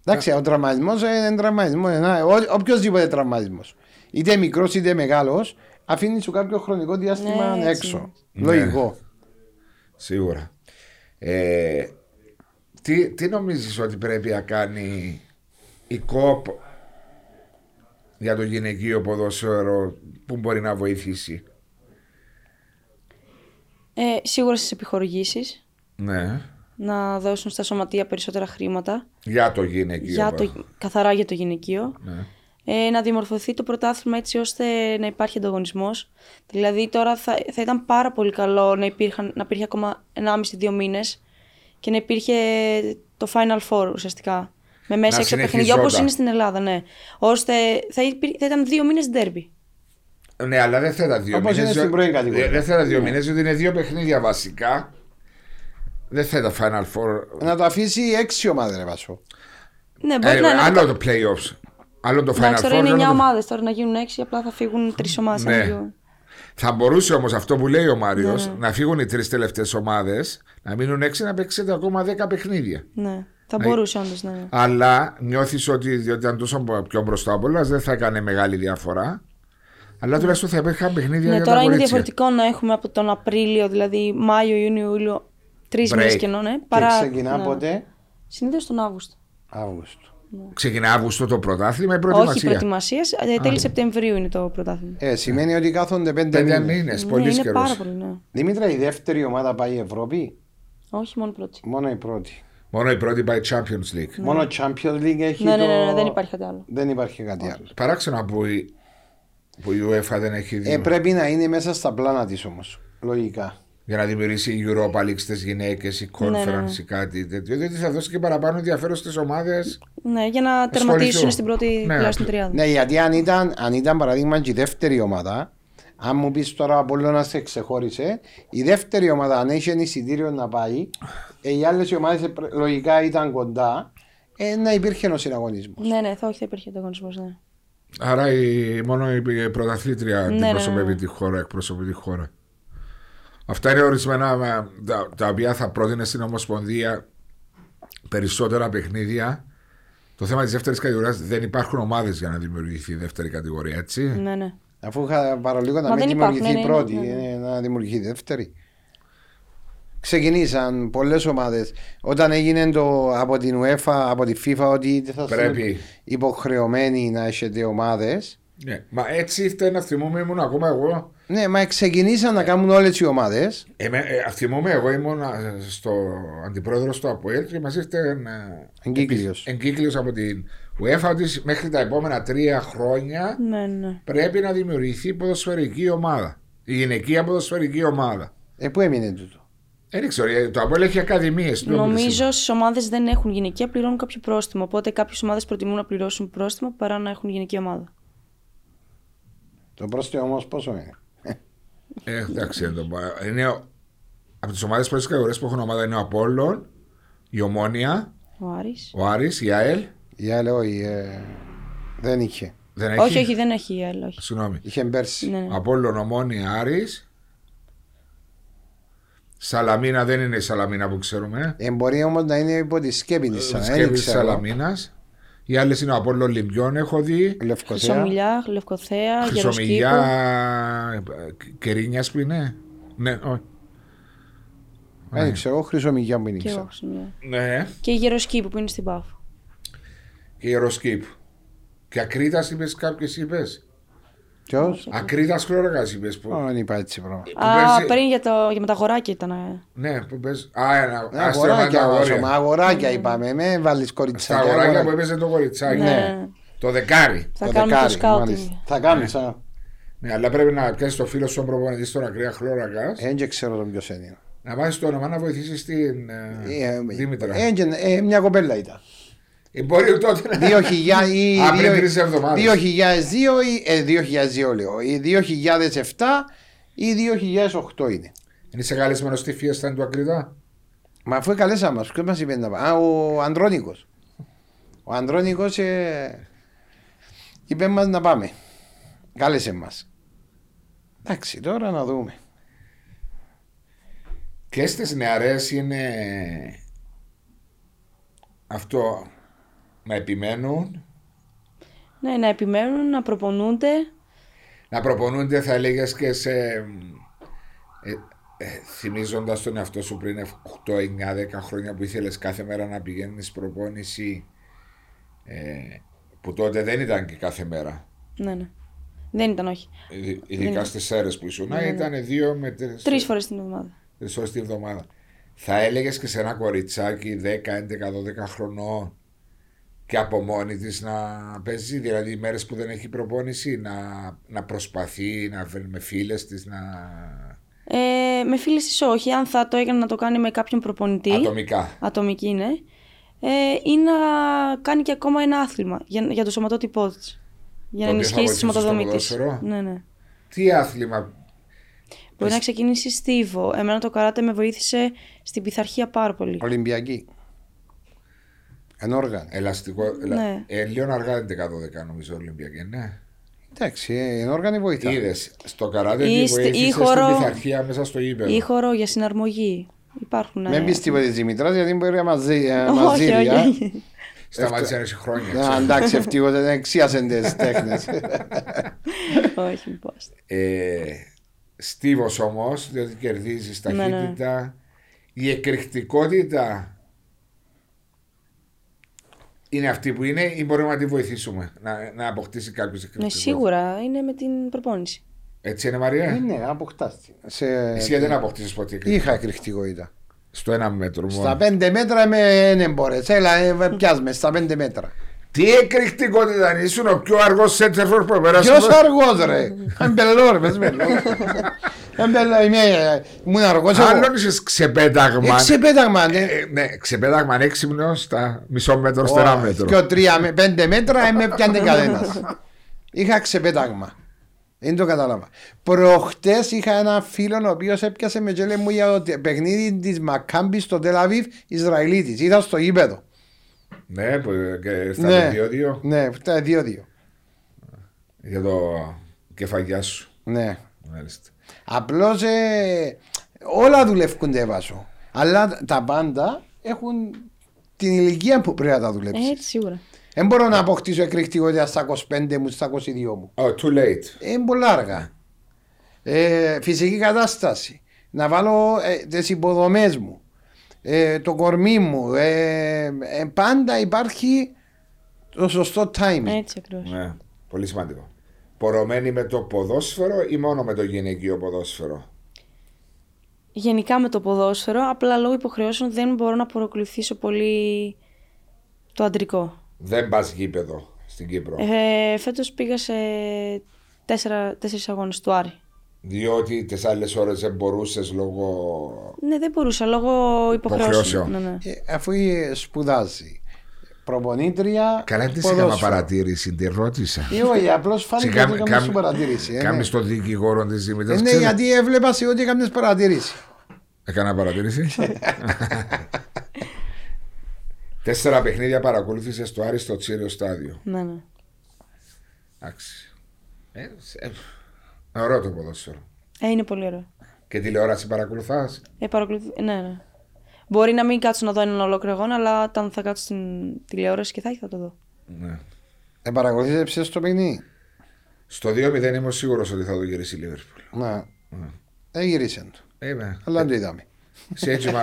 B: Εντάξει ο τραυματισμός είναι τραυματισμός. είναι ένα- ο- Οποιοςδήποτε τραυματισμός. Είτε μικρός είτε μεγάλος αφήνει σου κάποιο χρονικό διάστημα
C: Ναι, έτσι
B: έξω.
A: είναι.
B: Λογικό.
A: Σίγουρα. Ε, τι, τι νομίζεις ότι πρέπει να κάνει η ΚΟΠ για το γυναικείο ποδόσφαιρο που μπορεί να βοηθήσει.
C: Ε, σίγουρα στις επιχορηγήσεις
A: Ναι.
C: να δώσουν στα σωματεία περισσότερα χρήματα
A: Για το γυναικείο.
C: για
A: ποδόσφαιρο.
C: το, καθαρά για το γυναικείο.
A: Ναι.
C: ε, να διαμορφωθεί το πρωτάθλημα έτσι ώστε να υπάρχει ανταγωνισμός. Δηλαδή, τώρα θα, θα ήταν πάρα πολύ καλό να, υπήρχαν, να υπήρχε ακόμα 1,5-2 μήνες και να υπήρχε το Final Four ουσιαστικά. Με μέσα
A: Να
C: έξω παιχνίδια, όπω
A: συνεχιζόταν.
C: είναι στην Ελλάδα, ναι. Ώστε θα, υπήρ- θα ήταν δύο μήνες ντέρμπι.
A: Ναι, αλλά δεν θα τα δύο
B: Όπως
A: μήνες,
B: είναι στην
A: διο-
B: πρώην κατηγορία.
A: ε, Δεν θα τα δύο μήνες, διότι είναι δύο παιχνίδια βασικά. Δεν θα τα Final Four.
B: Να το αφήσει έξι ομάδες ρε Βάσο.
C: Ναι, μπορεί
A: Ε,
C: να είναι.
A: άλλο το playoffs. Άλλο το Final
C: Εντάξει, τώρα
A: Four.
C: είναι
A: άλλο
C: 9
A: το-
C: ομάδες. Τώρα να γίνουν 6, απλά θα φύγουν 3 ομάδες.
A: Ναι. Θα μπορούσε όμως αυτό που λέει ο Μάριος
C: Ναι,
A: να φύγουν οι τρεις τελευταίες ομάδες, να μείνουν έξι να παίξετε ακόμα δέκα παιχνίδια.
C: ναι. Θα
A: Ε,
C: μπορούσε όντως να είναι.
A: Αλλά νιώθεις ότι διότι αν τόσο πιο μπροστά από όλα δεν θα έκανε μεγάλη διαφορά. Αλλά τουλάχιστον θα υπήρχαν παιχνίδια
C: Ναι,
A: για
C: τώρα
A: τα
C: είναι
A: κορίτσια.
C: διαφορετικό να έχουμε από τον Απρίλιο, δηλαδή Μάιο, Ιούνιο, Ιούλιο, τρεις
A: Break.
C: μήνες κενό, ναι.
B: Και
C: Παρά...
B: ξεκινά πότε.
C: Συνήθως τον Αύγουστο.
B: Αύγουστο.
A: Ξεκινά Αύγουστο το πρωτάθλημα ή
C: Όχι
A: προετοιμασία.
C: προετοιμασίας, ε, τέλη Σεπτεμβρίου είναι το πρωτάθλημα.
B: Ε, σημαίνει ότι κάθονται πέντε
A: Πέντε
B: μήνες.
A: μήνες,
C: Ναι,
A: πολύ
C: είναι πάρα
A: καιρό.
C: πολύ, ναι.
B: Δημήτρα, η δεύτερη ομάδα πάει Ευρώπη.
C: Όχι μόνο πρώτη.
B: Μόνο η πρώτη.
A: Μόνο η πρώτη πάει Champions League.
B: Μόνο Champions League έχει.
C: Ναι, ναι, ναι,
B: το-
C: ναι, δεν υπάρχει κάτι άλλο.
B: Δεν υπάρχει κάτι άλλο.
A: Παράξενο που η, που η UEFA δεν έχει δει.
B: Ε, πρέπει να είναι μέσα στα πλάνα της όμως. Λογικά.
A: για να δημιουργήσει η Europa League στις γυναίκες, η
C: Ναι,
A: Conference ή κάτι τέτοιο. Διότι θα δώσει και παραπάνω ενδιαφέρον στις ομάδες.
C: Ναι, για να τερματίσουν στην πρώτη
A: Ναι.
C: τουλάχιστον τριάδα.
B: Ναι, γιατί αν ήταν, αν ήταν παραδείγμα και η δεύτερη ομάδα, αν μου πεις τώρα από όλο να σε ξεχώρισε, η δεύτερη ομάδα, αν έχει ένα εισιτήριο να πάει, ε, οι άλλες ομάδε λογικά ήταν κοντά, ε, να υπήρχε ένα συναγωνισμός.
C: Ναι, ναι, θα, όχι, θα υπήρχε ανταγωνισμός. Ναι.
A: Άρα η, μόνο η πρωταθλήτρια
C: Ναι, ναι,
A: αντιπροσωπεύει
C: ναι.
A: τη χώρα, εκπροσωπεί τη χώρα. Αυτά είναι ορισμένα α, τα, τα οποία θα πρότεινε στην Ομοσπονδία περισσότερα παιχνίδια. Το θέμα της δεύτερης κατηγορίας δεν υπάρχουν ομάδες για να δημιουργηθεί η δεύτερη κατηγορία, έτσι.
C: ναι, ναι.
B: Αφού είχα παραλίγο να
C: Μα
B: μην
C: δεν υπάρχουν,
B: δημιουργηθεί η
C: ναι, ναι,
B: πρώτη,
C: ναι, ναι.
B: ε, να δημιουργηθεί η δεύτερη. Ξεκινήσαν πολλές ομάδες. Όταν έγινε το από την UEFA, από τη FIFA, ότι δεν θα
A: Πρέπει.
B: υποχρεωμένοι να έχετε ομάδες.
A: Ναι. Μα έτσι ήρθε να θυμούμαι, ήμουν ακόμα εγώ
B: Ναι, μα ξεκινήσαν να κάνουν όλες οι ομάδες.
A: Εμέ, ε, θυμούμαι, εγώ ήμουν ε, στο αντιπρόεδρο του ΑΠΟΕΛ και μας ήρθε
B: Εγκύκλειος.
A: εγκύκλειο από την UEFA ότι μέχρι τα επόμενα τρία χρόνια
C: ναι, ναι.
A: πρέπει να δημιουργηθεί ποδοσφαιρική ομάδα. Η γυναικεία ποδοσφαιρική ομάδα.
B: Ε, πού έμεινε τούτο.
A: Ε, Δεν ξέρω, ε, το ΑΠΟΕΛ έχει ακαδημίες.
C: Νομίζω στις ομάδες δεν έχουν γυναικεία, πληρώνουν κάποιο πρόστιμο. Οπότε κάποιες ομάδες προτιμούν να πληρώσουν πρόστιμο παρά να έχουν γυναική ομάδα.
B: Το πρόστιμο όμως πόσο είναι.
A: Ε, εντάξει, δεν το πάω. Είναι από τις ομάδες πρώτη κατηγορία που έχουν ομάδα είναι ο Απόλλων, η Ομόνια,
C: Ο Άρης.
A: ο Άρης, η ΑΕΛ.
B: Η άλλη, όχι. ε, δεν είχε.
A: Δεν έχει.
C: Όχι, όχι, δεν έχει η ΑΕΛ, όχι.
A: Συγγνώμη.
B: Είχε πέρσι.
C: Ναι, ναι.
A: Απόλλων Ομόνη Άρης Σαλαμίνα δεν είναι η Σαλαμίνα που ξέρουμε
B: Ε, μπορεί όμως να είναι υπό τη σκέπη της. Δεν
A: Ε, Σκέπη
B: ξέρω.
A: Σαλαμίνας Οι άλλες είναι ο Απόλλων Λιμπιών έχω δει
B: Λευκοσία.
C: Χρυσομιλιά, Λευκοθέα, Γεροσκήπο.
A: Χρυσομιλιά ε, Κερίνιας που είναι Ναι, όχι
B: Δεν ξέρω. Χρυσομυγιά μου είναι.
C: Και, εγώ
B: ξέρω.
C: Χρυσομιλιά.
A: Ναι
C: και η Γεροσκήπο που είναι στην Πάφο.
A: Και η Ροσκύπ Και Ακρίτας είπες κάποιες είπες
B: Ποιος.
A: Ακρίτας Χλώρακας είπες που,
B: Δεν είπα έτσι πράγμα.
A: που
C: Α,
A: παίζει-
C: πριν για, το, για με τα χωράκια ήταν. ε.
A: Ναι που παίζει Α ένα
B: Ναι,
A: άστρο με τα
B: αγοράκια
A: αγόρια.
B: βάζω. Αγοράκια είπαμε. ναι, Με βάλεις
A: Στα
B: κοριτσάκια.
A: αγοράκια που
B: αγοράκια.
A: έπαιζε το κοριτσάκι
C: Ναι.
A: Ε, Το δεκάρι
C: Θα
B: Το
C: κάνουμε το
B: δεκάρι,
C: σκάουτινγκ.
B: μάλιστα. Θα κάνεις.
A: Ναι, αλλά πρέπει να πιάσεις το φίλο στον προπονητή στον Ακραία Χλώρακα.
B: Ε, Δεν ξέρω τον ποιος είναι.
A: Να βάζεις το όνομα να βοηθήσεις στην ε,
B: Ε,
A: Δήμητρα.
B: ε, και- ε, μια κοπέλα ήταν.
A: Ε, μπορεί τότε να.
B: 2000
A: <laughs>
B: ή
A: Α, πριν
B: δύο-
A: τρεις εβδομάδες.
B: 2002 ή ε, 2002 λέω, ή 2007 ή 2008 είναι.
A: Είναι σε καλεσμένος στη φίεστα του Ακριτά.
B: Μα αφού καλέσαμε, ας πούμε, μας είπε να πάμε. Α, ο Ανδρώνικος. Ο Ανδρώνικος ε, είπε μας να πάμε. Κάλεσε μας. Εντάξει, τώρα να δούμε.
A: Και στι νεαρές είναι αυτό να επιμένουν,
C: Ναι, να επιμένουν, να προπονούνται.
A: να προπονούνται, θα έλεγες και σε. Ε, ε, θυμίζοντας τον εαυτό σου πριν 8, 9, 10 χρόνια που ήθελες κάθε μέρα να πηγαίνεις προπόνηση. Ε, που τότε δεν ήταν και κάθε μέρα.
C: Ναι, ναι. Δεν ήταν, όχι.
A: Ειδι- Ειδικά στις αίρες που ήσουν, ήταν δύο με τρεις
C: Τρεις φορές την εβδομάδα.
A: ώρε τη βδομάδα. Θα έλεγες και σε ένα κοριτσάκι 10, 11, 12 χρονών και από μόνη της να παίζει, δηλαδή οι μέρες που δεν έχει προπόνηση, να, να προσπαθεί, να βρει με φίλες της, να.
C: Ε, με φίλες της όχι. Αν θα το έκανε να το κάνει με κάποιον προπονητή.
A: ατομικά.
C: Ατομική είναι. Ε, ή να κάνει και ακόμα ένα άθλημα για, για το σωματότυπό της. Για να
A: Το οποίο θα
C: ενισχύσει
A: βοηθήσει στο
C: τη σωματοδομή τη.
A: ποδόσφαιρο.
C: Ναι, ναι.
A: Τι άθλημα.
C: Μπορεί να ξεκινήσεις στίβο. Εμένα το καράτε με βοήθησε στην πειθαρχία πάρα πολύ.
B: Ολυμπιακή. Ε, Ενόργανη.
A: Ελαστικό. ελα-
C: Ναι.
A: Ε, λίγο αργά είναι 11-12 νομίζω Ολυμπιακή, ναι.
B: Εντάξει, ε, ενόργανη βοηθά.
A: Είδες στο καράτε
C: Ή
A: τη
C: στη-
A: βοήθησε
C: ή χώρο-
A: στην πειθαρχία μέσα στο γήπεδο.
C: Ή χορό για συναρμογή. Υπάρχουν.
B: Μην
C: ε,
B: πεις τίποτα της Δημητράς γιατί μπορεί να μας δει- ε, μας
C: όχι,
B: δει,
C: όχι,
B: α.
C: όχι.
A: Σταμάτησε να έχει χρόνια.
B: Α,
A: ξέρω.
B: Ναι, Εντάξει, ευτυχώς δεν εξίασαν τις τέχνες.
C: <laughs> όχι, μην πας.
A: Ε, Στίβος όμως, διότι κερδίζεις
C: Ναι, ναι.
A: ταχύτητα. Η εκρηκτικότητα είναι αυτή που είναι ή μπορούμε να τη βοηθήσουμε να, να αποκτήσει κάποιος
C: Ναι,
A: εκρηκτικότητα.
C: σίγουρα είναι με την προπόνηση.
A: Έτσι είναι Μαρία.
B: Ε, Ναι, αποκτάστη. Σε-
A: Εσύ δεν αποκτήσεις ποτέ εκρηκτικότητα.
B: Είχα εκρηκτικότητα.
A: Στο ένα μέτρο μόνο.
B: Στα πέντε μέτρα με δεν μπορείς. Έλα, ε, πιάσ' με, στα πέντε μέτρα.
A: Τι εκρηκτικότητα είναι, ήσουν ο πιο αργός σέντερφορ που πέρασε.
B: Ποιος αργός ρε. Εμπελό ρε, πες μπελό. Εμπελό, είμαι, ε, ήμουν αργός εγώ.
A: Άλλον είσαι ξεπέταγμα.
B: Έξι πέταγμα, ναι.
A: Ε, ναι, ξεπέταγμα έξυπνος στα μισό μέτρο, στο ένα
B: Ω,
A: μέτρο.
B: Και ο τρία με πέντε μέτρα ε, με πιάνει κανένας. Είχα ξεπέταγμα. Δεν το κατάλαβα. Προχτές είχα ένα φίλο ο οποίος έπιασε με τζέλε μου για το τε- παιχνίδι της Μακάμπης στο Τελαβίβ Ισραηλίτη. Είδα στο γήπεδο.
A: Ναι, που, και στα
B: Ναι,
A: δύο-δύο.
B: ναι, τα δύο-δύο.
A: Για το κεφαγιά σου.
B: Ναι.
A: Μάλιστα.
B: Απλώς ε, όλα δουλεύκονται βάσο. Αλλά τα πάντα έχουν την ηλικία που πρέπει να τα δουλέψεις.
C: Έτσι, σίγουρα.
B: Δεν μπορώ να αποκτήσω εκρηκτικότητα στα 25 μου, στα 22 μου.
A: Oh, too late.
B: Ε, Είναι πολύ αργά. Ε, φυσική κατάσταση. Να βάλω ε, τις υποδομές μου. Ε, το κορμί μου. Ε, ε, πάντα υπάρχει το σωστό timing.
C: Έτσι ακριβώς.
A: Ναι, πολύ σημαντικό. Πορωμένη με το ποδόσφαιρο ή μόνο με το γυναικείο ποδόσφαιρο.
C: Γενικά με το ποδόσφαιρο, απλά λόγω υποχρεώσεων δεν μπορώ να προκληθήσω πολύ το αντρικό.
A: Δεν πας γήπεδο στην Κύπρο.
C: Ε, φέτος πήγα σε τέσσερα, τέσσερις αγώνες του Άρη.
A: Διότι τις άλλες ώρες δεν μπορούσες λόγω.
C: Ναι, δεν μπορούσα λόγω υποχρεώσεων.
A: Υποχρεώσεων.
C: Ναι, ναι.
B: Ε, αφού ε, σπουδάζει. Προπονήτρια.
A: Καλά, τι σε
B: ποδόσφαιρο.
A: κάμα παρατήρηση, τη ρώτησα.
B: Ε, όχι, απλώς φάνηκε ότι έκαμε σου παρατήρηση. ε, ναι.
A: Κάμε το δικηγόρο της
B: Ε,
A: Δημητρή.
B: ναι, γιατί έβλεπα σε ότι έκαμες παρατήρηση.
A: Έκανα
B: <laughs>
A: παρατήρηση. Τέσσερα παιχνίδια παρακολούθησες στο Άρη στο Τσίριο Στάδιο.
C: ναι, ναι.
A: Εντάξει. Ε, σε- Ωραίο το ποδόσφαιρο.
C: Ε, είναι πολύ ωραίο.
A: Και τηλεόραση παρακολουθάς.
C: Ε, παρακολουθ- Ναι, ναι. Μπορεί να μην κάτσω να δω έναν ολόκληρο αγώνα, αλλά όταν θα κάτσω στην τηλεόραση και θα έχει, θα το δω.
A: Ναι.
B: Ε, παρακολουθήσατε το παιχνίδι.
A: Στο 2-0 είμαι σίγουρος ότι θα το γυρίσει η Λίβερπουλ.
B: Ναι. Ε, ναι. γυρίσαν το.
A: Είμαι.
B: Αλλά δεν το είδαμε.
A: Σε έτσι μα.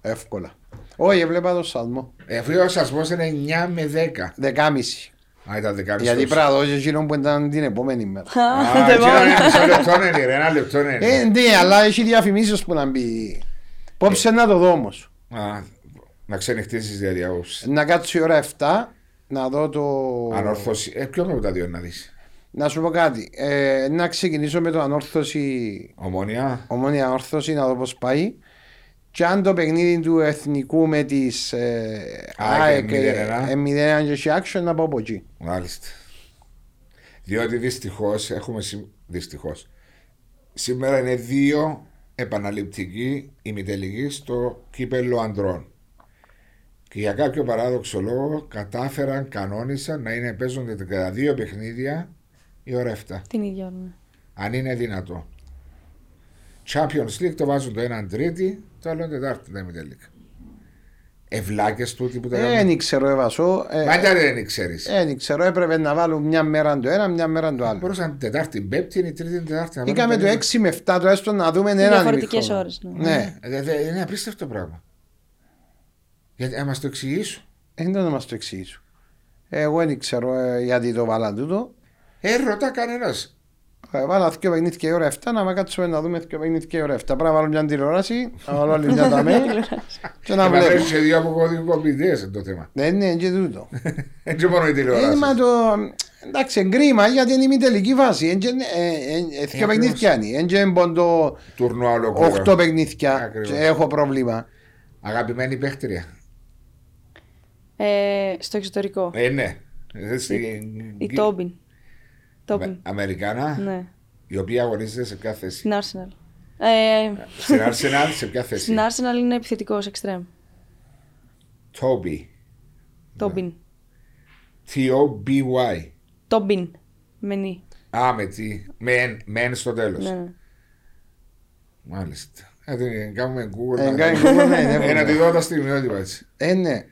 B: Εύκολα. Όχι, έβλεπα το σαλμό.
A: Εφείο ο σασμό είναι 9 με 10.
B: Δεκάμιση.
A: Α, ήταν 10.
B: Γιατί πρέπει να δώσεις εκείνον που ήταν την επόμενη μέρα.
A: Α,
C: <laughs> δεν
A: έτσι
C: μπορώ.
A: ένα μισό λεπτό είναι, ρε, ένα λεπτό
B: Ε,
A: είναι.
B: ναι, αλλά έχει διαφημίσεις που να μπει. Πόψε να το δω όμως.
A: Α, Να ξενυχτήσει δηλαδή άποψη.
B: Να κάτσω η ώρα 7, να δω το...
A: Ανόρθωση. Ε, ποιο από τα δύο να δει.
B: Να σου πω κάτι. Ε, να ξεκινήσω με το ανόρθωση,
A: Ομονία.
B: ομόνια ανόρθωση, να δω πώς πάει. Και αν το παιχνίδι του εθνικού με τις ε,
A: Α, και 0-1.
B: ε, 0-1 και έχει action να πάω από εκεί.
A: Μάλιστα. Διότι δυστυχώς έχουμε. Συμ... Δυστυχώς. Σήμερα είναι δύο επαναληπτικοί ημιτελικοί στο κύπελο ανδρών. Και για κάποιο παράδοξο λόγο κατάφεραν, κανόνισαν να είναι παίζονται τα δύο παιχνίδια η ώρα 7.
C: Την ίδια ώρα. ναι.
A: Αν είναι δυνατό. Champions League το βάζουν το έναν Τρίτη, το άλλο Τετάρτη τα ημιτελικά. Ευλάκες τούτοι που τα
B: Ε,
A: κάνουν.
B: δεν ξέρω, έβασω. Ε,
A: Μάτια δεν ξέρεις.
B: Ε, δεν ξέρω, έπρεπε να βάλουν μια μέρα το ένα, μια μέρα το άλλο.
A: Μπορούσαν την Τετάρτη, την Πέμπτη, την Τρίτη, την Τετάρτη. να
B: Είχαμε το
A: βάλουν
B: 6 με 7 το έστω να δούμε έναν
C: διαφορετικές
B: ημίχρονο.
C: ώρες, ναι.
B: Ναι,
A: Ε, δε- δε- Είναι απίστευτο πράγμα. Γιατί να μας το εξηγήσουν.
B: δεν ήταν να μας το εξηγήσουν. Εγώ δεν ξέρω ε, γιατί το βάλαν τούτο.
A: Ε, ρωτά κανένας.
B: Ε, Βάλα δυο παιχνίδια η ώρα 7, να μα κάτσουμε να δούμε δυο παιχνίδια η ώρα 7. Πρέπει να βάλω μια τηλεόραση, να βάλω άλλη
C: <laughs>
B: μια ταμέ και να
A: Να
B: βλέπω.
A: βλέπει και δύο αποκωδικοποιητέ είναι το
B: <laughs>
A: θέμα.
B: Δεν είναι Ναι, και τούτο.
A: Έτσι μόνο η
B: Ε, μα
A: τηλεόραση.
B: το... Εντάξει, εγκρίμα γιατί είναι η μη τελική βάση. Ε, και- ε, ε, ε, Δυο
A: ακριβώς.
B: παιχνίδια είναι. Ε, και μποντο
A: Τουρνουά
B: 8
A: ολόκληρο.
B: παιχνίδια
A: Ακριβώς.
B: και έχω πρόβλημα.
A: Αγαπημένη παίχτρια.
C: Ε, στο εξωτερικό.
A: Ε, ναι. Ε, στην-
C: Η Τόμπιν.
A: Αμε-
C: Τόμπιν.
A: Αμερικάνα,
C: Ναι.
A: η οποία αγωνίζεται σε ποια θέση.
C: Στην Arsenal. Ε,
B: Ναι.
A: Στην
C: <laughs>
A: Arsenal, Ναι. σε ποια θέση.
C: στην Arsenal είναι επιθετικός εξτρέμ.
A: Toby.
C: Τόμπιν.
A: T-O-B-Y.
C: Τόμπιν. Μενή.
B: Ναι,
A: Α, με τι. Με εν- με εν στο τέλος.
C: Ναι, ναι.
A: Μάλιστα. Να την κάνουμε Google.
B: Ε,
A: να-
B: κάνει Google, ναι, ναι,
A: Ε, να τη
B: ναι.
A: δω τα στιγμιότυπα έτσι.
B: Ε, ναι.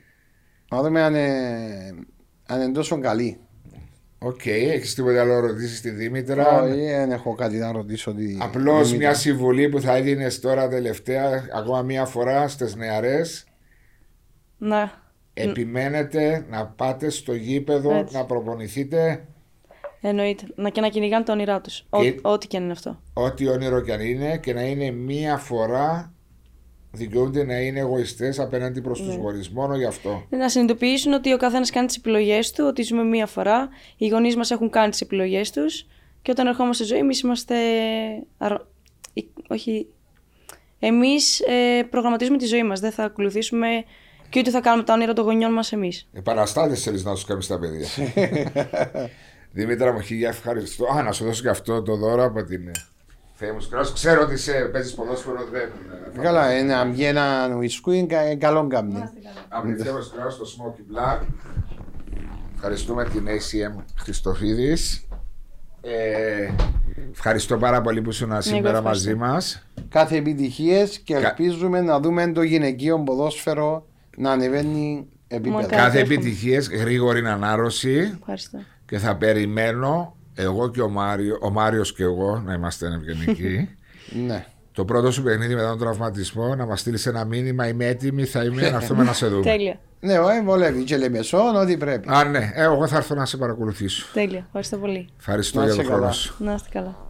B: Να δούμε αν, ε, αν είναι τόσο καλή.
A: Οκ, έχεις τίποτα άλλο ερωτήσει στη Δήμητρα.
B: Όχι, δεν έχω κάτι να ρωτήσω. Τη...
A: Απλώς
B: Δημήτρη.
A: μια συμβουλή που θα έδινες τώρα τελευταία, ακόμα μία φορά στις νεαρές.
C: Ναι.
A: Επιμένετε να πάτε στο γήπεδο
C: Έτσι.
A: να προπονηθείτε
C: Εννοείται. Να και να κυνηγάνε τα όνειρά τους.
A: Και-
C: Ό,τι και αν είναι αυτό.
A: ό,τι όνειρο κι αν είναι και να είναι μία φορά δικαιούνται να είναι εγωιστές απέναντι προς
B: Ναι.
A: τους γονείς μόνο γι' αυτό.
C: Ναι, Να συνειδητοποιήσουν ότι ο καθένας κάνει τις επιλογές του, ότι ζούμε μία φορά. Οι γονείς μας έχουν κάνει τις επιλογές τους και όταν ερχόμαστε στη ζωή, εμείς είμαστε. αρ- οι- Όχι. Εμείς προγραμματίζουμε τη ζωή μας. Δεν θα ακολουθήσουμε και ούτε θα κάνουμε τα όνειρα των γονιών μας εμείς.
A: Επαναστάτες θέλεις να τους κάνεις τα παιδιά.
B: <laughs>
A: Δημήτρα μου, χίλια ευχαριστώ. Α, να σου δώσω και αυτό το δώρο από την... ε, Θεέ μου σκράς. ξέρω ότι σε παίζεις ποδόσφαιρο, δεν...
B: Καλά, ε, να βγει ένα ουισκού, ε, καλό κάμνη.
A: Από την Θεέ σκράς, το Smoky Black. Ευχαριστούμε την ACM Χριστοφίδης. Ε, ευχαριστώ πάρα πολύ που ήσουν σήμερα
C: ευχαριστώ.
A: μαζί μας.
B: Κάθε επιτυχίες και
A: Κα-
B: ελπίζουμε να δούμε το γυναικείο ποδόσφαιρο να ανεβαίνει επίπεδο.
C: Μακάρι.
A: Κάθε
C: εύχομαι.
A: επιτυχίες, γρήγορη ανάρρωση
C: Ευχαριστώ.
A: και θα περιμένω εγώ και ο Μάριο, ο Μάριος και εγώ να είμαστε ευγενικοί.
B: Ναι.
A: το πρώτο σου παιχνίδι μετά τον τραυματισμό να μας στείλεις ένα μήνυμα. Είμαι έτοιμη, θα είμαι να έρθουμε να
B: <laughs>
A: σε δούμε.
C: Τέλεια.
B: Ναι, ο εμβολεύει και λεμεσόν, ό,τι πρέπει.
A: Α, ναι, ε, εγώ θα έρθω να σε παρακολουθήσω.
C: Τέλεια. Ευχαριστώ πολύ.
A: Ευχαριστώ
B: Να
A: για
B: είσαι
A: τον χρόνο
B: καλά.
A: σου.
C: Να είστε καλά.